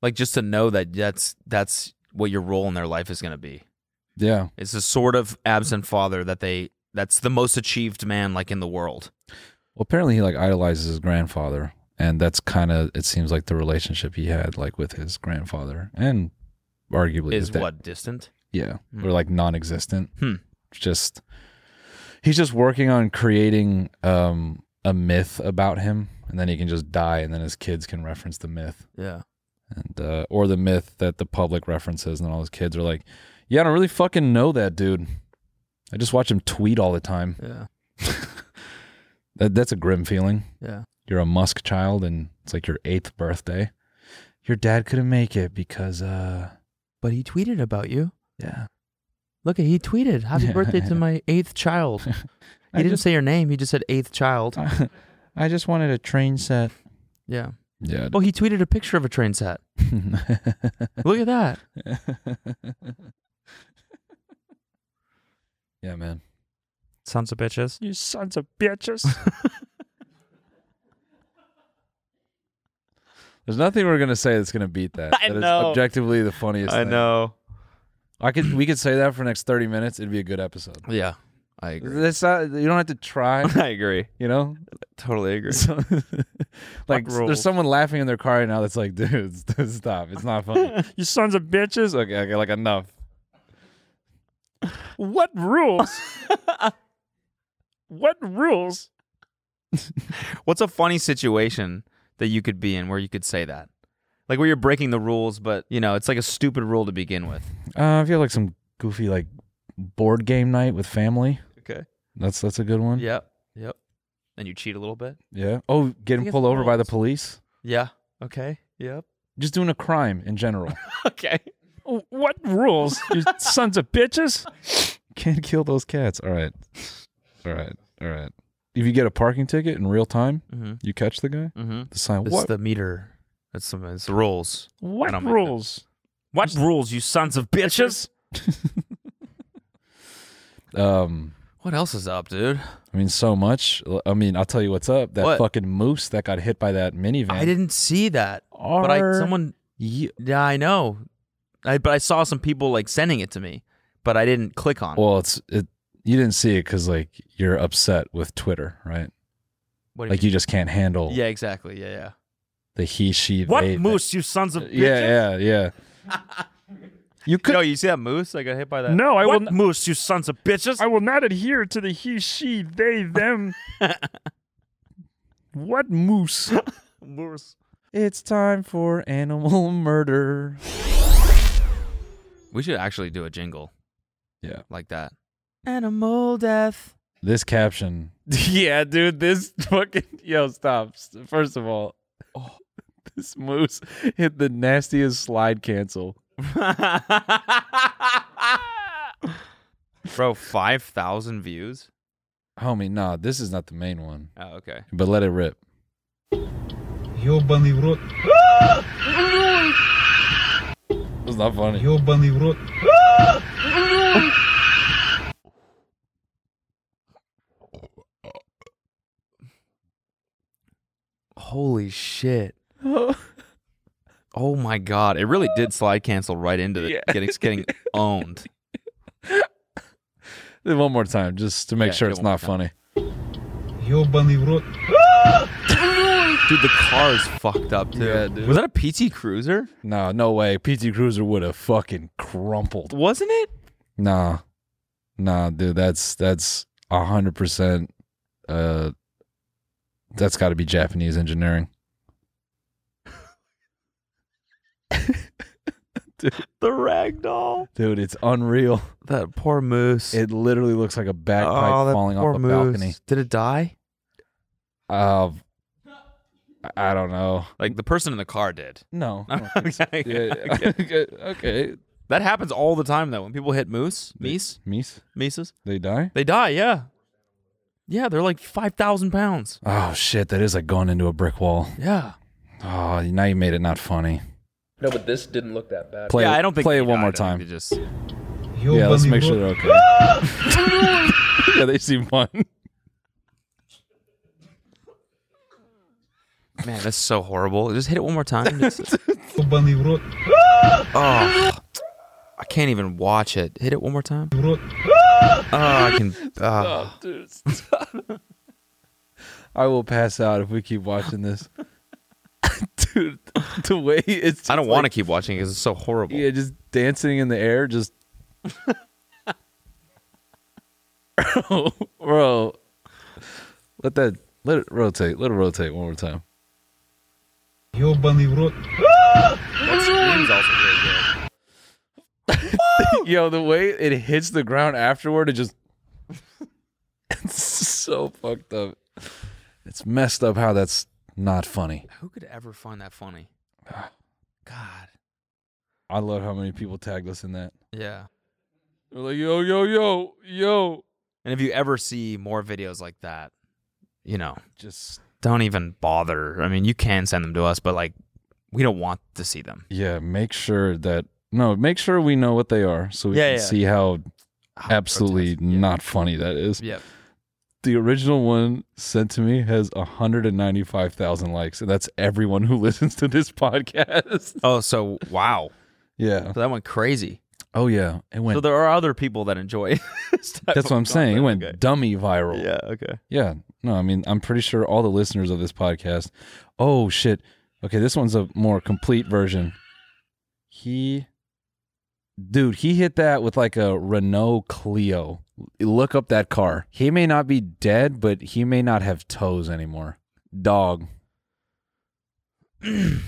Like just to know that that's that's what your role in their life is going to be. Yeah. It's a sort of absent father that they that's the most achieved man like in the world. Well, apparently he like idolizes his grandfather, and that's kind of it seems like the relationship he had like with his grandfather and arguably his Is dad. what distant? Yeah, Hmm. or like non-existent. Hmm. It's Just he's just working on creating um a myth about him, and then he can just die, and then his kids can reference the myth. Yeah. and uh, or the myth that the public references, and all his kids are like, "Yeah, I don't really fucking know that dude. I just watch him tweet all the time." Yeah. that that's a grim feeling. Yeah. You're a Musk child, and it's like your eighth birthday. Your dad couldn't make it because, uh, But he tweeted about you. yeah, Look, he tweeted, "Happy birthday to my eighth child." He I didn't just- say your name. He just Uh. said eighth child. I just wanted a train set. yeah. yeah. Oh, he tweeted a picture of a train set. Look at that. yeah, man. Sons of bitches. You sons of bitches. There's nothing we're gonna say that's gonna beat that. I That is know. objectively the funniest. thing. I could. We could say that for the next thirty minutes. It'd be a good episode. Yeah, I agree. That's not, you don't have to try. I agree. You know, Totally agree. So- like Fuck rules. there's someone laughing in their car right now. That's like, dude, s- stop. It's not funny. you sons of bitches. okay, okay, like enough. What rules? what rules? What's a funny situation that you could be in where you could say that? Like where you're breaking the rules, but you know, it's like a stupid rule to begin with. Uh, if you have like some goofy like board game night with family, Okay. that's that's a good one. Yep. Yep. And you cheat a little bit. Yeah. Oh, think getting it's pulled over by the rules. police. Yeah. Okay. Yep. Just doing a crime in general. Okay. What rules? You sons of bitches. Can't kill those cats. All right. All right. All right. If you get a parking ticket in real time, Mhm. you catch the guy. Mhm. The sign. It's What? the meter. That's the, it's the rules. What I don't make rules? them. What rules, you sons of bitches? um. What else is up, dude? I mean, so much. L- I mean, I'll tell you what's up. That What? fucking moose that got hit by that minivan. I didn't see that. But I Are someone Yeah, I know. I but I saw some people like sending it to me, but I didn't click on. it. Well, it's it. You didn't see it because like you're upset with Twitter, right? What do you like you, just can't handle Yeah, exactly. Yeah, yeah. the he, she, What they- moose, you sons of bitches? Yeah, yeah, yeah. You could. Yo, you see that moose? I got hit by that. No, I What will n- moose, you sons of bitches. I will not adhere to the he, she, they, them. what moose? moose. It's time for animal murder. We should actually do a jingle. Yeah. Like that. Animal death. This caption. yeah, dude, this fucking yo stop. First of all, oh, This moose hit the nastiest slide cancel. Bro, 5,000 views? Homie, nah, this is not the main one. Oh, okay. But let it rip. Ёбаный в рот. It's not funny. Ёбаный в рот. Holy shit. Oh my god, it really did slide cancel right into the getting getting owned. One more time, just to make Yeah, sure do it it's one more not funny. Ёбаный в рот. Dude, the car is fucked up too. Yeah, dude. Was that a PT Cruiser? No, no way. PT Cruiser would have fucking crumpled. Wasn't it? Nah, nah, dude. That's that's a hundred percent. Uh, that's got to be Japanese engineering. The ragdoll. Dude, it's unreal. That poor moose. It literally looks like a bagpipe Oh, that falling poor off a moose. balcony. Did it die? Uh, I- I don't know. Like the person in the car did. No. I don't think so. okay. Oh, Yeah, yeah. okay. That happens all the time though. When people hit moose, meese, meese, meeses, They die. they die. Yeah, yeah. They're like five thousand pounds. Oh shit! That is like going into a brick wall. Yeah. Oh, now you made it not funny. No, but this didn't look that bad. Play, it- play it one more time. yeah, let's make sure they're okay. yeah, they seem fun. Man, that's so horrible. Just hit it one more time. Just- Ёбаный в рот. oh, I can't even watch it. Hit it one more time. В рот. Oh, I can. Uh, I will pass out if we keep watching this. Dude, the way it's. I don't just want to like- keep watching because it's so horrible. Yeah, just dancing in the air, just. bro, bro, let that let it rotate. Let it rotate one more time. Ёбаный в рот. Yo, the way it hits the ground afterward, it just. it's so fucked up. It's messed up how that's not funny. Who could ever find that funny? God. I love how many people tagged us in that. Yeah. They're like, yo, yo, yo, yo. And if you ever see more videos like that, you know, just don't even bother. I mean, you can send them to us, but like, we don't want to see them. Yeah, make sure that no, make sure we know what they are so we Yeah, can yeah. see how absolutely not funny that is. Yep. The original one sent to me has 195,000 likes, and that's everyone who listens to this podcast. Oh, so wow. Yeah. So that went crazy. Oh yeah, it went. so there are other people that enjoy. this type that's of what I'm saying. It content. went Okay. dummy viral. Yeah. Okay. Yeah. No, I mean, I'm pretty sure all the listeners of this podcast. Oh shit. Okay, this one's a more complete version. He Dude, he hit that with like a Renault Clio. Look up that car. He may not be dead, but he may not have toes anymore. Dog. You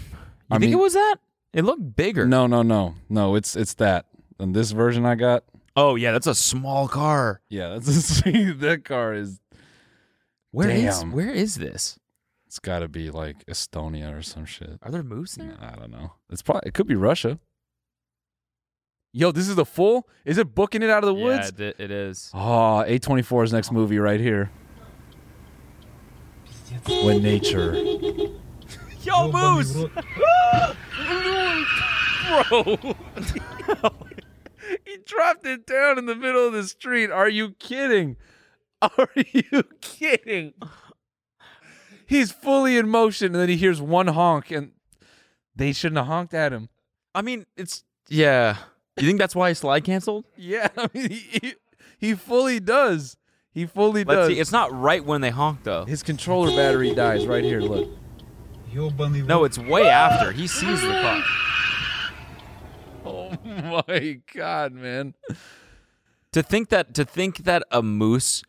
think it was that? It looked bigger. No, no, no. No, it's it's that. And this version I got. Oh yeah, that's a small car. Yeah, that's that car is Where is Damn. where is this? It's got to be like Estonia or some shit. Are there moose there? I don't know. It's probably it could be Russia. Yo, this is the full? Is it booking it out of the woods? Yeah, it- it is. Oh, 824 is next movie right here. When nature. Yo, Moose! Bro. he dropped it down in the middle of the street. Are you kidding? Are you kidding? He's fully in motion and then he hears one honk and they shouldn't have honked at him. I mean, it's Yeah. You think that's why his slide canceled? Yeah, I mean, he, he, he fully does. He fully Let's does. see. It's not right when they honk though. His controller battery dies right here. Look. No, it's way after. He sees the car. Oh my god, man. To think that to think that a moose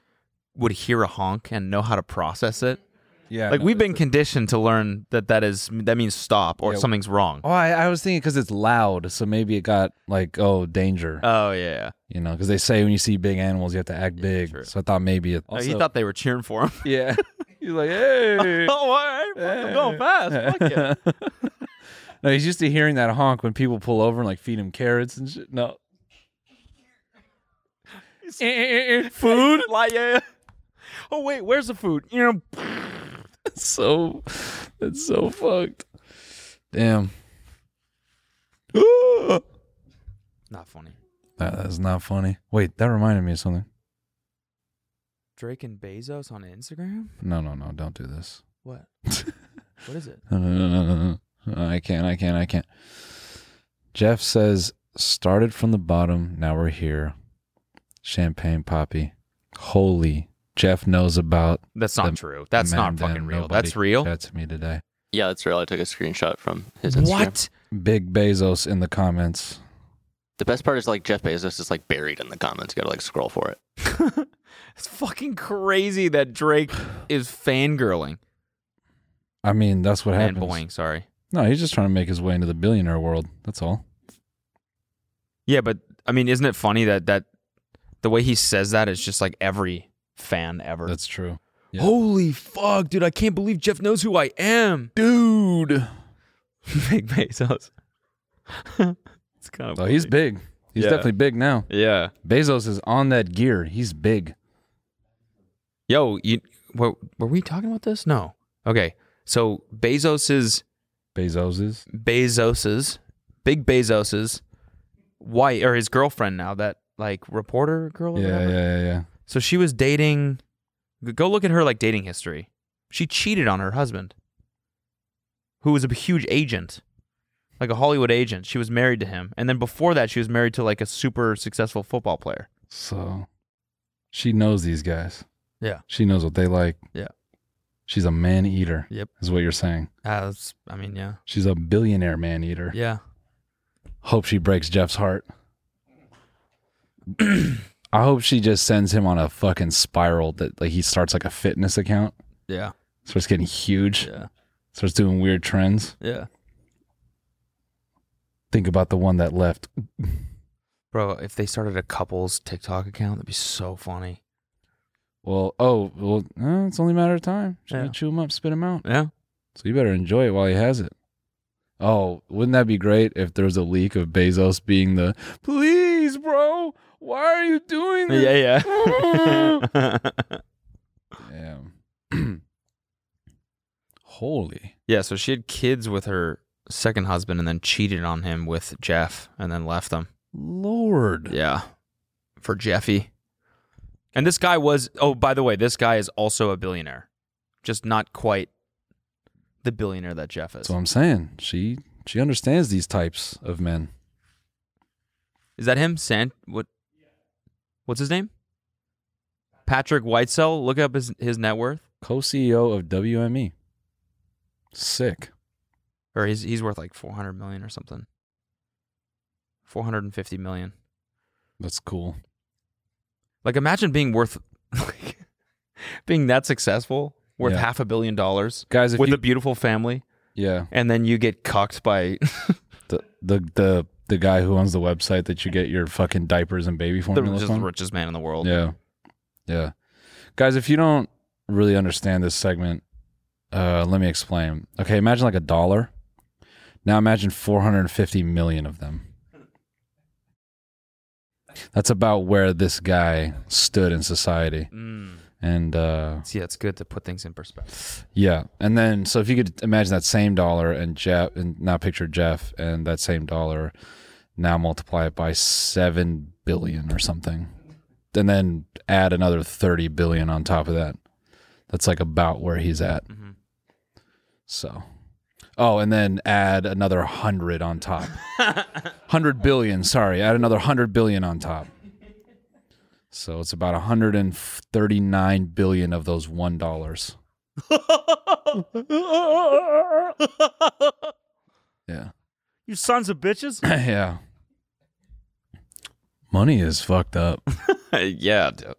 would hear a honk and know how to process it. Yeah, Like no, we've been conditioned to learn that that is that means stop or Yeah. something's wrong. Oh, I, I was thinking because it's loud, so maybe it got like, oh, danger. Oh yeah, you know, because they say when you see big animals, you have to act big. So I thought maybe it. No, Oh, he thought they were cheering for him. Yeah. He's like, hey. oh, all right, fuck, I'm going fast. Fuck yeah. no, he's used to hearing that honk when people pull over and like feed him carrots and shit. No, Eh, food? like, yeah. Oh wait, where's the food? You know, that's so that's so fucked. Damn, Not funny. that, that's not funny. Wait, that reminded me of something. Drake and Bezos on Instagram? No, no, no, don't do this. What? what is it? No, no, no, no, no, no. I can't. I can't. I can't. Jeff says, started from the bottom. Now we're here. Champagne Poppy. Holy. Jeff knows about. That's not the true. That's not man fucking that real. nobody That's real? That to me today. Yeah, that's real. I took a screenshot from his Instagram. Big Bezos in the comments. The best part is like Jeff Bezos is like buried in the comments. You gotta like scroll for it. It's fucking crazy that Drake is fangirling. I mean, that's what happens. Fanboying, sorry. No, he's just trying to make his way into the billionaire world. That's all. Yeah, but I mean, isn't it funny that that the way he says that is just like every fan ever. That's true. Holy fuck, dude! I can't believe Jeff knows who I am, dude. Big Bezos. it's kind of. Oh, he's big. He's Yeah. definitely big now. Yeah. Bezos is on that gear. He's big. Yo, you were, were we talking about this? No. Okay. So Bezos's Bezos's Bezos's big Bezos's wife or his girlfriend now that like reporter girl. Or Yeah, whatever. yeah, yeah, yeah. So she was dating. Go look at her like dating history. She cheated on her husband, who was a huge agent, like a Hollywood agent. She was married to him, and then before that, she was married to like a super successful football player. So she knows these guys. Yeah. She knows what they like. Yeah. She's a man eater. Yep. Is what you're saying. Uh, that's- I mean, yeah, She's a billionaire man eater. yeah. Hope she breaks Jeff's heart. I hope she just sends him on a fucking spiral that like he starts like a fitness account. Yeah. Starts getting huge. Yeah. Starts doing weird trends. Yeah. Think about the one that left. Bro, if they started a couples TikTok account, that'd be so funny. Well, oh, well, eh, it's only a matter of time. She's Yeah. gonna chew him up, spit him out. Yeah. So you better enjoy it while he has it. Oh, wouldn't that be great if there was a leak of Bezos being the Please, bro. Why are you doing this? Yeah, yeah. Damn. Holy. Yeah, so she had kids with her second husband and then cheated on him with Jeff and then left them. Lord. Yeah. For Jeffy. And this guy was oh, by the way, this guy is also a billionaire. Just not quite the billionaire that Jeff is. That's what I'm saying. She she understands these types of men. Is that him? San what what's his name? Patrick Whitesell. Look up his his net worth. Co CEO E of WME. Sick. Or he's he's worth like four hundred million or something. Four hundred and fifty million. That's cool. Like imagine being worth being that successful, worth Yeah. half a billion dollars, Guys, if with you- a beautiful family, Yeah. and then you get cucked by The the the the guy who owns the website that you get your fucking diapers and baby the formula richest, from. richest man in the world. Yeah. Yeah. Guys, if you don't really understand this segment, uh, let me explain. Okay, imagine like a dollar. Now imagine 450 million of them. That's about where this guy stood in society. Mm. And uh, yeah, it's good to put things in perspective. Yeah, and then so if you could imagine that same dollar and Jeff, and now picture Jeff and that same dollar, now multiply it by seven billion or something, and then add another thirty billion on top of that. That's like about where he's at. So, oh, and then add another hundred on top. hundred billion. Sorry, add another hundred billion on top. So it's about 139 billion of those one dollars. Yeah. You sons of bitches. yeah. Money is fucked up. yeah, dude.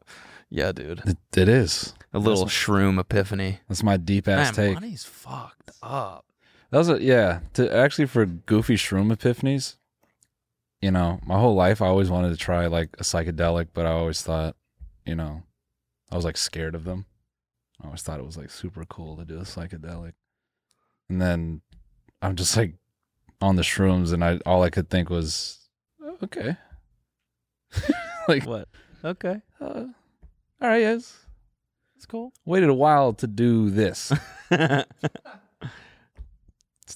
yeah, dude. It, it is a little shroom epiphany. That's my deep ass Man, take. money's fucked up. That was a, yeah. To actually for goofy shroom epiphanies, you know, my whole life I always wanted to try like a psychedelic, but I always thought, you know, I was like scared of them. I always thought it was like super cool to do a psychedelic, and then I'm just like on the shrooms, and I all I could think was "Oh, Okay. like what? Okay. Uh, all right, yes. It's cool. Waited a while to do this. it's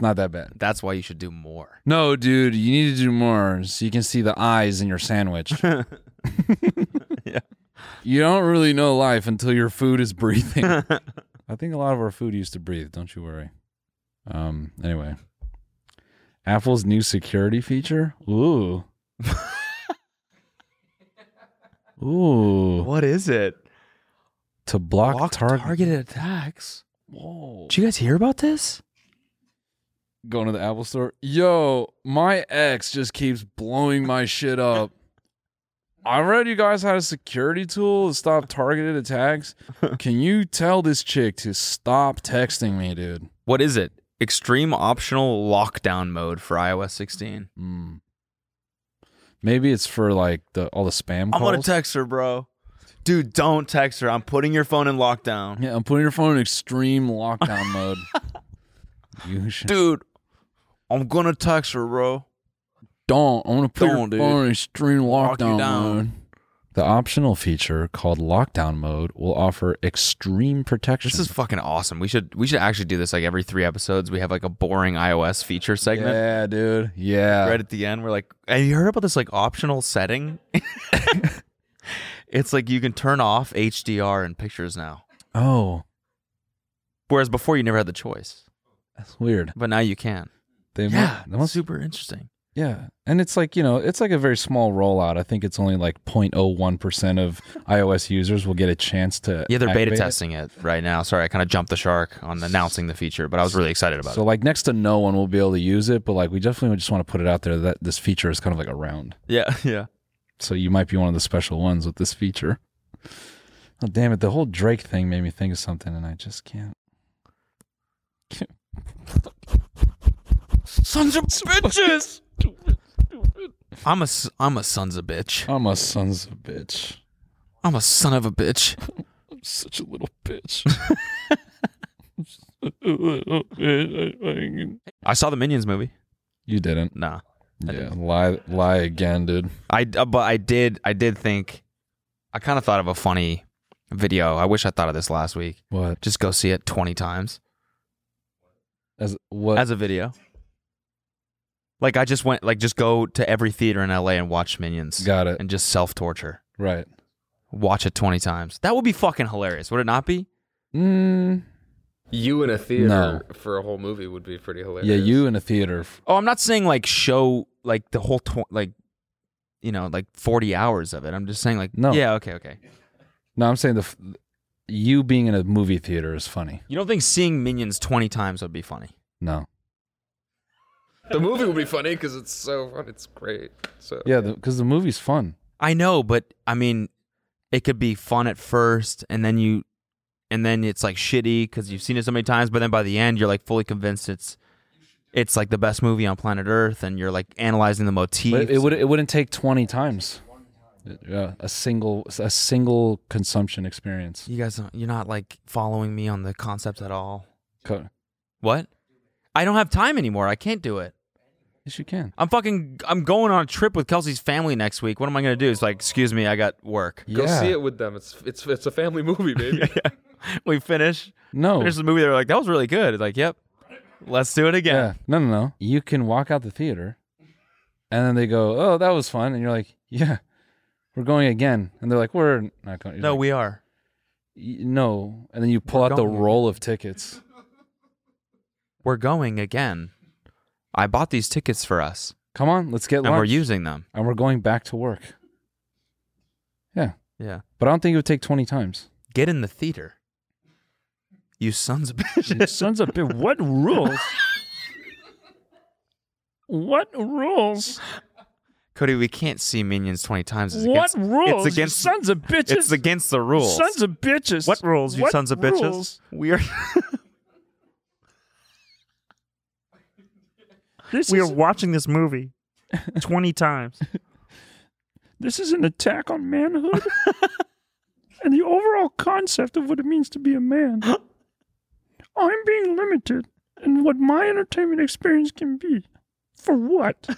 not that bad. That's why you should do more. No, dude, you need to do more so you can see the eyes in your sandwich. yeah. You don't really know life until your food is breathing. I think a lot of our food used to breathe, don't you worry. Um anyway. Apple's new security feature? Ooh. Ooh. What is it? To block, target. Targeted attacks. Whoa. Did you guys hear about this? Going to the Apple store. Yo, my ex just keeps blowing my shit up. I read you guys had a security tool to stop targeted attacks. Can you tell this chick to stop texting me, dude? What is it? Extreme optional lockdown mode for iOS 16. Maybe it's for like the all the spam I'm calls. gonna text her, bro. Dude, don't text her. I'm putting your phone in lockdown. yeah, I'm putting your phone in extreme lockdown mode. You should. Dude, I'm gonna text her, bro. Don't. I'm gonna put your Don't, dude. phone in extreme Lock you lockdown down. mode. The optional feature called lockdown mode will offer extreme protection. This is fucking awesome. We should we should actually do this like every three episodes. We have like a boring iOS feature segment. Yeah, dude. Yeah. Right at the end, we're like, have you heard about this like optional setting? it's like you can turn off HDR in pictures now. Oh, Whereas before you never had the choice. that's weird. But now you can. They mu- yeah. super interesting. Yeah. And it's like, you know, it's like a very small rollout. I think it's only like 0.01% of iOS users will get a chance to. Yeah, they're beta activate it. testing it right now. Sorry, I kind of jumped the shark on announcing the feature, but I was really excited about So, it. like, next to no one will be able to use it, but like, we definitely just want to put it out there that this feature is kind of like around. Yeah, yeah. So, you might be one of the special ones with this feature. Oh, damn it. The whole Drake thing made me think of something, and I just can't. Sons of bitches. I'm a s- I'm a sons of bitch. I'm a sons of bitch. I'm a son of a bitch. I'm such a little bitch. I saw the Minions movie. You didn't. Nah. I Yeah. Lie, lie again, dude. I uh, but I did I did think I kind of thought of a funny video. I wish I thought of this last week. What? Just go see it 20 times As what? as a video. Like I just went like just go to every theater in LA and watch Minions. Got it. And just self-torture. Right. Watch it 20 times. That would be fucking hilarious. Would it not be? Mm, You in a theater No. for a whole movie would be pretty hilarious. yeah, you in a theater. Oh, I'm not saying like show like the whole tw- like you know, like 40 hours of it. I'm just saying like No. Yeah, okay, okay. No, I'm saying the f- you being in a movie theater is funny. You don't think seeing Minions 20 times would be funny? No. The movie would be funny because it's so fun. It's great. So Yeah, because the, movie's fun. I know, but I mean, it could be fun at first, and then you, and then it's like shitty because you've seen it so many times. But then by the end, you're like fully convinced it's, it's like the best movie on planet Earth, and you're like analyzing the motif. But it would it wouldn't take 20 times. Yeah, a single a single consumption experience. you guys, don't, you're not like following me on the concept at all. Co- What? I don't have time anymore. I can't do it. Yes, you can. I'm fucking. I'm going on a trip with Kelsey's family next week. What am I gonna do? It's like, excuse me, I got work. Go see it with them. It's it's it's a family movie, baby. We finish. Oh. No. Finish the movie. They're like, that was really good. It's like, yep. Let's do it again. Yeah. No, no, no. You can walk out the theater and then they go, oh, that was fun. And you're like, yeah, we're going again. And they're like, we're not going. No, we are. No. And then you pull We're out the going. roll of tickets. We're going again. I bought these tickets for us. Come on, let's get And we're lunch. using them. And we're going back to work. Yeah. Yeah. But I don't think it would take 20 times. Get in the theater. You sons of bitches. sons of bitches. What rules? What rules? Cody, we can't see Minions 20 times. It's What against, rules, you It's against, sons of bitches? It's against the rules. Sons of bitches. What rules, you What sons of rules? bitches? We are. This we is- are watching this movie 20 times. This is an attack on manhood and the overall concept of what it means to be a man. I'm being limited in what my entertainment experience can be. For what?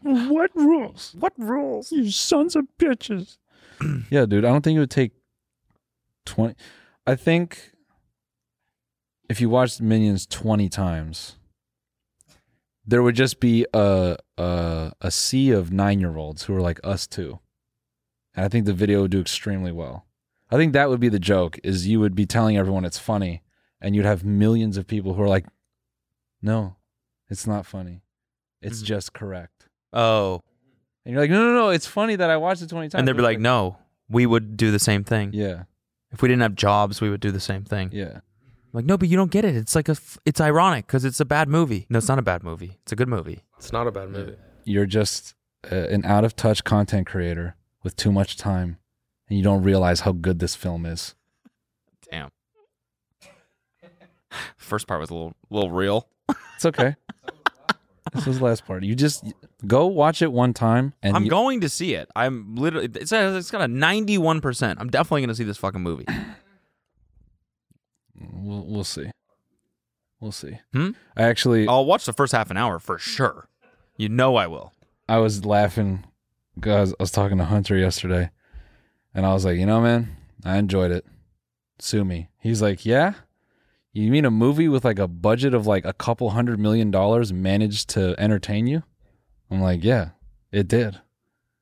what rules? What rules? You sons of bitches. yeah, dude. I don't think it would take 20. I think if you watched Minions 20 times, there would just be a a, a sea of nine year olds who are like us too. And I think the video would do extremely well. I think that would be the joke is you would be telling everyone it's funny and you'd have millions of people who are like, no, it's not funny. It's Mm-hmm. just correct. Oh. And you're like, no, no, no, it's funny that I watched it 20 times. And they'd be It's like, no, we would do the same thing. Yeah. If we didn't have jobs, we would do the same thing. Yeah. Like, no, but you don't get it. It's like a, f- it's ironic because it's a bad movie. No, it's not a bad movie. It's a good movie. It's not a bad movie. you're just uh, an out of touch content creator with too much time and you don't realize how good this film is. Damn. First part was a little, little real. It's okay. this was the last part. You just go watch it one time and I'm you- going to see it. I'm literally. It's, a, it's got a 91. percent I'm definitely going to see this fucking movie. we'll, we'll see. We'll see. Hmm? I actually I'll watch the first half an hour for sure. You know I will. I was laughing because I was talking to Hunter yesterday and I was like, you know, man, I enjoyed it. Sue me. He's like, yeah. You mean a movie with like a budget of like a couple hundred million dollars managed to entertain you? I'm like, yeah, it did.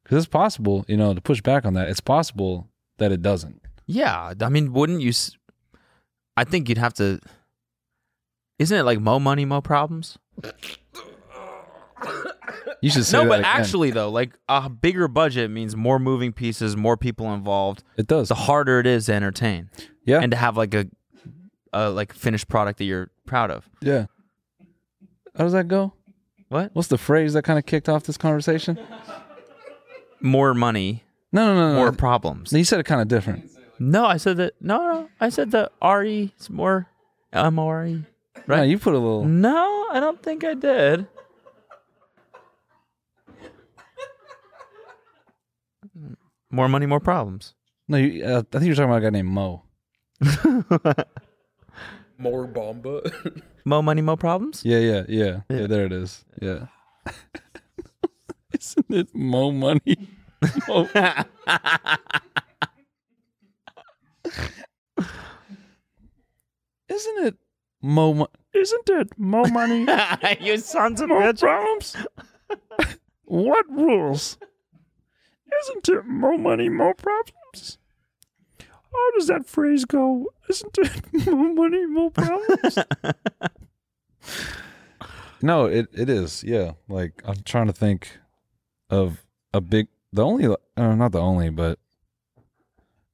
Because it's possible, you know, to push back on that, it's possible that it doesn't. Yeah, I mean, wouldn't you? s- I think you'd have to. Isn't it like mo money, mo problems? You should say no, that but again. actually though, like a bigger budget means more moving pieces, more people involved. It does. The harder it is to entertain. Yeah. And to have like a, a like finished product that you're proud of. Yeah. How does that go? What? What's the phrase that kind of kicked off this conversation? More money. No, no, no. More no. problems. You said it kind of different. No, I said that. No, no, I said the re. It's more M O R E. Right. No, you put a little. No, I don't think I did. More money, more problems. No, you, uh, I think you're talking about a guy named Mo. More Bomba. Mo money, mo problems. Yeah, yeah, yeah, yeah. there it is. Yeah. Isn't it Mo Money? Mo- Isn't it Mo? Mo- Isn't it more money? you sons of more problems? what rules? Isn't it more money, more problems? How does that phrase go? Isn't it more money, more problems? no, it it is. Yeah, like I'm trying to think of a big. The only, uh, not the only, but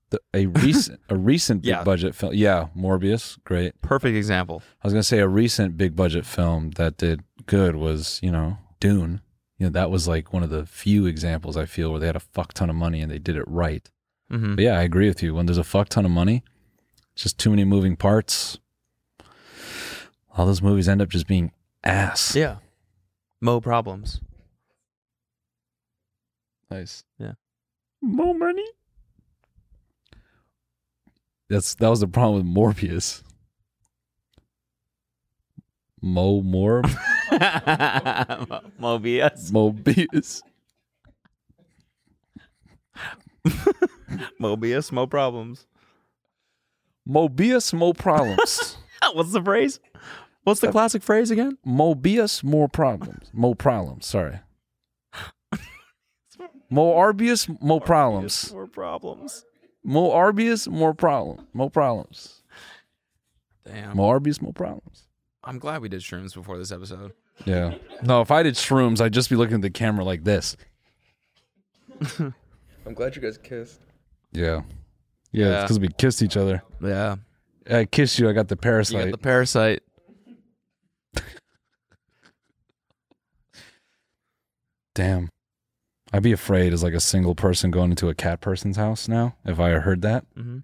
the, a recent a recent big Yeah. budget film. Yeah, Morbius, great. Perfect example. I was gonna say a recent big budget film that did good was you know Dune. You know that was like one of the few examples I feel where they had a fuck ton of money and they did it right. Mhm. But yeah, I agree with you. When there's a fuck ton of money, it's just too many moving parts. All those movies end up just being ass. Yeah. Mo problems. Nice. Yeah. more money? That's that was the problem with Morbius. Mo more Mobius. Mobius. Mobius, mo problems. Mobius, mo problems. What's the phrase? What's the classic phrase again? Mobius, more problems. Mo problems. Sorry. Mo Arbius, mo problems. More problems. Mo Arbius, more problem. Mo problems. Damn. Mo Arbius, mo problems. I'm glad we did shrooms before this episode. Yeah. No, if I did shrooms, I'd just be looking at the camera like this. I'm glad you guys kissed. Yeah. Yeah, it's Yeah. because we kissed each other. Yeah. I kissed you. I got the You parasite. got the parasite. Damn. I'd be afraid as like a single person going into a cat person's house now if I heard that. Mhm.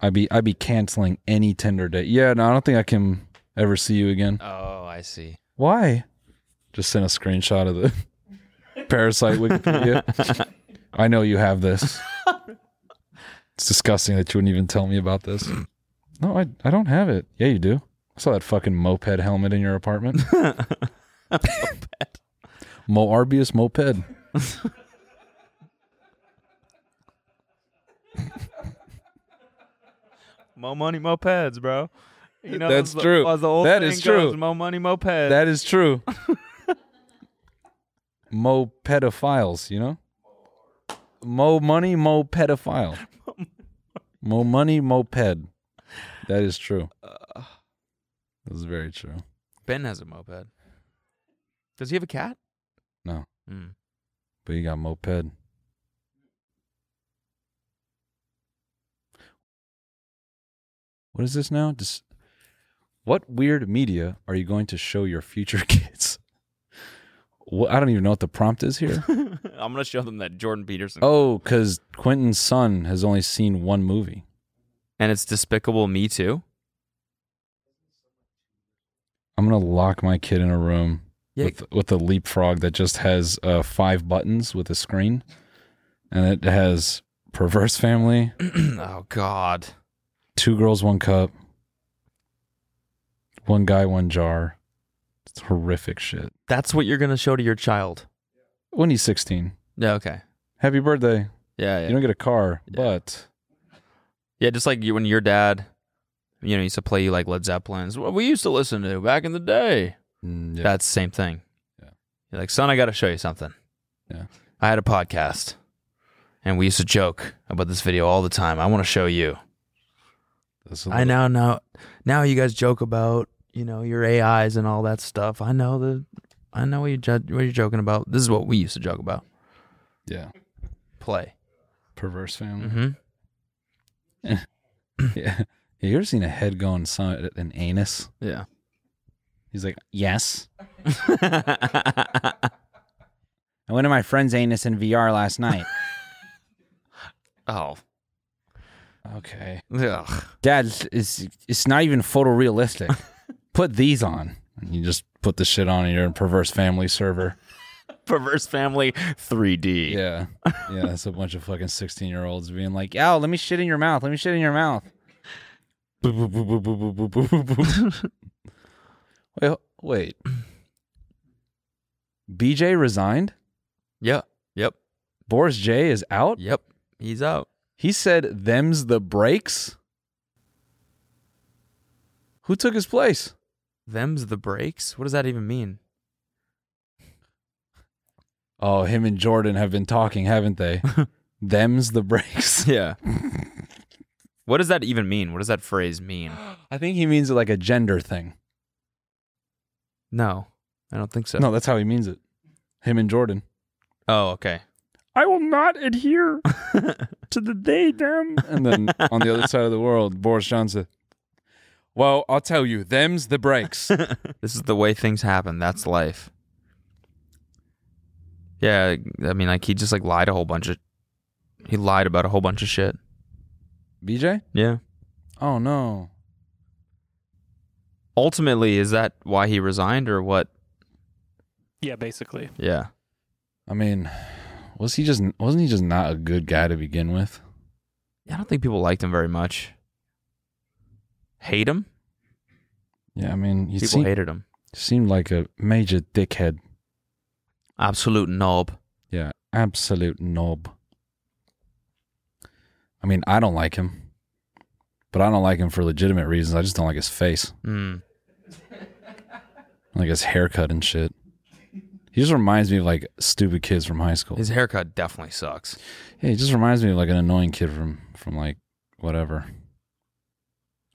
I'd be I'd be canceling any Tinder date. Yeah, no, I don't think I can ever see you again. Oh, I see. Why? Just send a screenshot of the parasite Wikipedia. I know you have this. It's disgusting that you wouldn't even tell me about this. No, I I don't have it. Yeah, you do. I saw that fucking moped helmet in your apartment. Mo Arbius moped. Mo money, mo peds, bro. You know That's that's true. The, was the old That saying is true. goes, mo money, mo peds. That is true. Mo pedophiles, you know? Mo money, mo pedophile. Mo money, mo ped. That is true. That is very true. Ben has a moped. Does he have a cat? No. Mm. But you got moped. What is this now? Just what weird media are you going to show your future kids? Wha- I don't even know what the prompt is here. I'm gonna show them that Jordan Peterson. Oh, because Quentin's son has only seen one movie. and it's Despicable Me Too. I'm gonna lock my kid in a room Yeah. with with a leapfrog that just has uh, five buttons with a screen, and it has perverse family, oh God. two girls, one cup, one guy, one jar. It's horrific shit. That's what you're gonna show to your child. When he's 16, Yeah. Okay. happy birthday. Yeah. You Yeah. don't get a car, but yeah just like you, when your dad, you know, used to play you like Led Zeppelin's. What we used to listen to back in the day. Mm, yeah. That's the same thing. Yeah. You're like, son, I got to show you something. Yeah. I had a podcast, and we used to joke about this video all the time. I want to show you. That's I now know. Now you guys joke about you know your AIs and all that stuff. I know the. I know what you jo- what you're joking about. This is what we used to joke about. yeah, Play. perverse family. Mm-hmm. yeah. You ever seen a head go inside an anus? Yeah. He's like, yes. I went to my friend's anus in VR last night. Oh. Okay. Ugh. Dad, it's, it's, it's not even photorealistic. put these on. And you just put the shit on and you're in perverse family server. Perverse Family 3D. Yeah. Yeah, that's a bunch of fucking 16 year olds being like, yo, let me shit in your mouth. Let me shit in your mouth. Boop, boop, boop, boop, boop, boop, boop, boop, boop. wait, ho- wait. BJ resigned? Yeah. Yep. Boris J is out? Yep. He's out. He said, them's the breaks? Who took his place? Them's the breaks. What does that even mean? Oh, him and Jordan have been talking, haven't they? Them's the breaks. Yeah. What does that even mean? What does that phrase mean? I think he means it like a gender thing. No, I don't think so. No, that's how he means it. Him and Jordan. Oh, okay. I will not adhere to the they them. And then on the other side of the world, Boris Johnson. Well, I'll tell you, them's the breaks. This is the way things happen. That's life. Yeah, I mean, like he just like lied a whole bunch of. He lied about a whole bunch of shit. BJ? Yeah. Oh no. Ultimately, is that why he resigned or what? Yeah, basically. Yeah. I mean, was he just wasn't he just not a good guy to begin with? I don't think people liked him very much. Hate him? Yeah, I mean, he People seemed, hated him. Seemed like a major dickhead. Absolute knob. Yeah, absolute knob. I mean, I don't like him, but I don't like him for legitimate reasons. I just don't like his face, Mm. like his haircut and shit. He just reminds me of like stupid kids from high school. His haircut definitely sucks. Yeah, he just reminds me of like an annoying kid from from like whatever,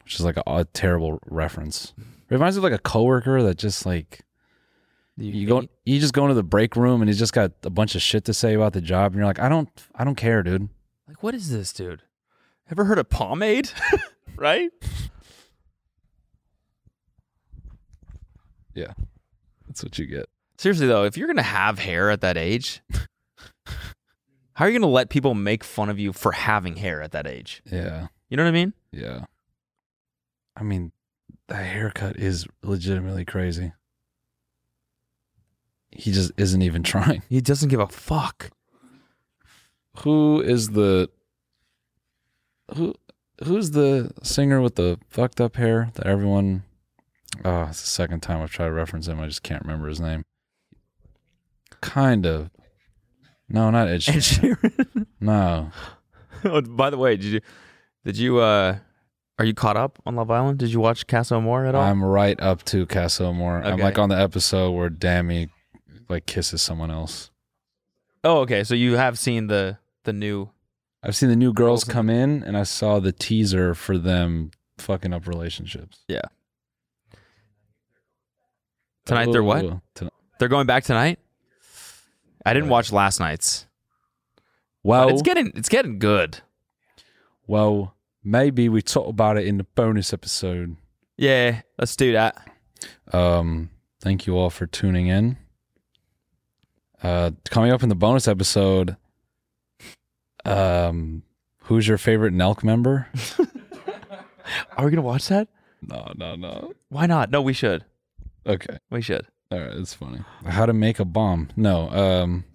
which is like a, a terrible reference. Reminds me of like a coworker that just like you, go you just go into the break room and he's just got a bunch of shit to say about the job and you're like I don't I don't care, dude. Like, what is this, dude? Ever heard of pomade? right? Yeah, that's what you get. Seriously though, if you're gonna have hair at that age, how are you gonna let people make fun of you for having hair at that age? Yeah. You know what I mean? Yeah. I mean, the haircut is legitimately crazy. He just isn't even trying. He doesn't give a fuck. Who is the who who's the singer with the fucked up hair that everyone oh, it's the second time I've tried to reference him, I just can't remember his name. Kind of. No, not Ed Sheeran. No. oh, by the way, did you did you uh are you caught up on Love Island? Did you watch Cass O'More at all? I'm right up to Castle Moore. I'm Okay. like on the episode where Dammy like kisses someone else. oh, okay. So you have seen the the new I've seen the new girls come in, and I saw the teaser for them fucking up relationships. Yeah. Tonight they're what? Ooh, tonight- They're going back tonight? I didn't watch last night's. Well, it's getting it's getting good. Well, maybe we talk about it in the bonus episode. Yeah, let's do that. Um, thank you all for tuning in. Uh, coming up in the bonus episode, um, who's your favorite Nelk member? Are we gonna watch that? No, no, no. Why not? No, we should. Okay, we should. All right, it's funny. How to make a bomb? No, um,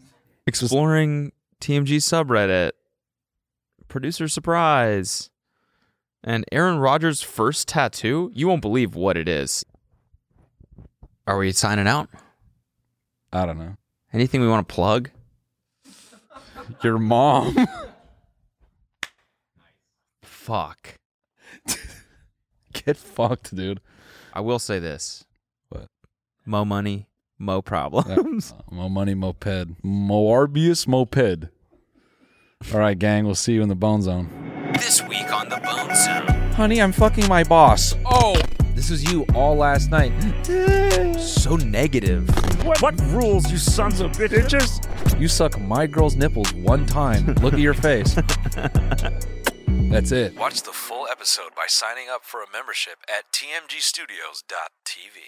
exploring TMG subreddit, producer surprise, and Aaron Rodgers' first tattoo. You won't believe what it is. Are we signing out? I don't know. Anything we want to plug? Your mom. Fuck. Get fucked, dude. I will say this. What? Mo money, mo problems. Uh, Mo money moped. Moarbius moped. All right, gang. We'll see you in the bone zone. This week on the Bone Zone. Honey, I'm fucking my boss. Oh, this was you all last night. so negative. What, what rules, you sons of bitches? You suck my girl's nipples one time. Look at your face. That's it. Watch the full episode by signing up for a membership at tmgstudios.tv.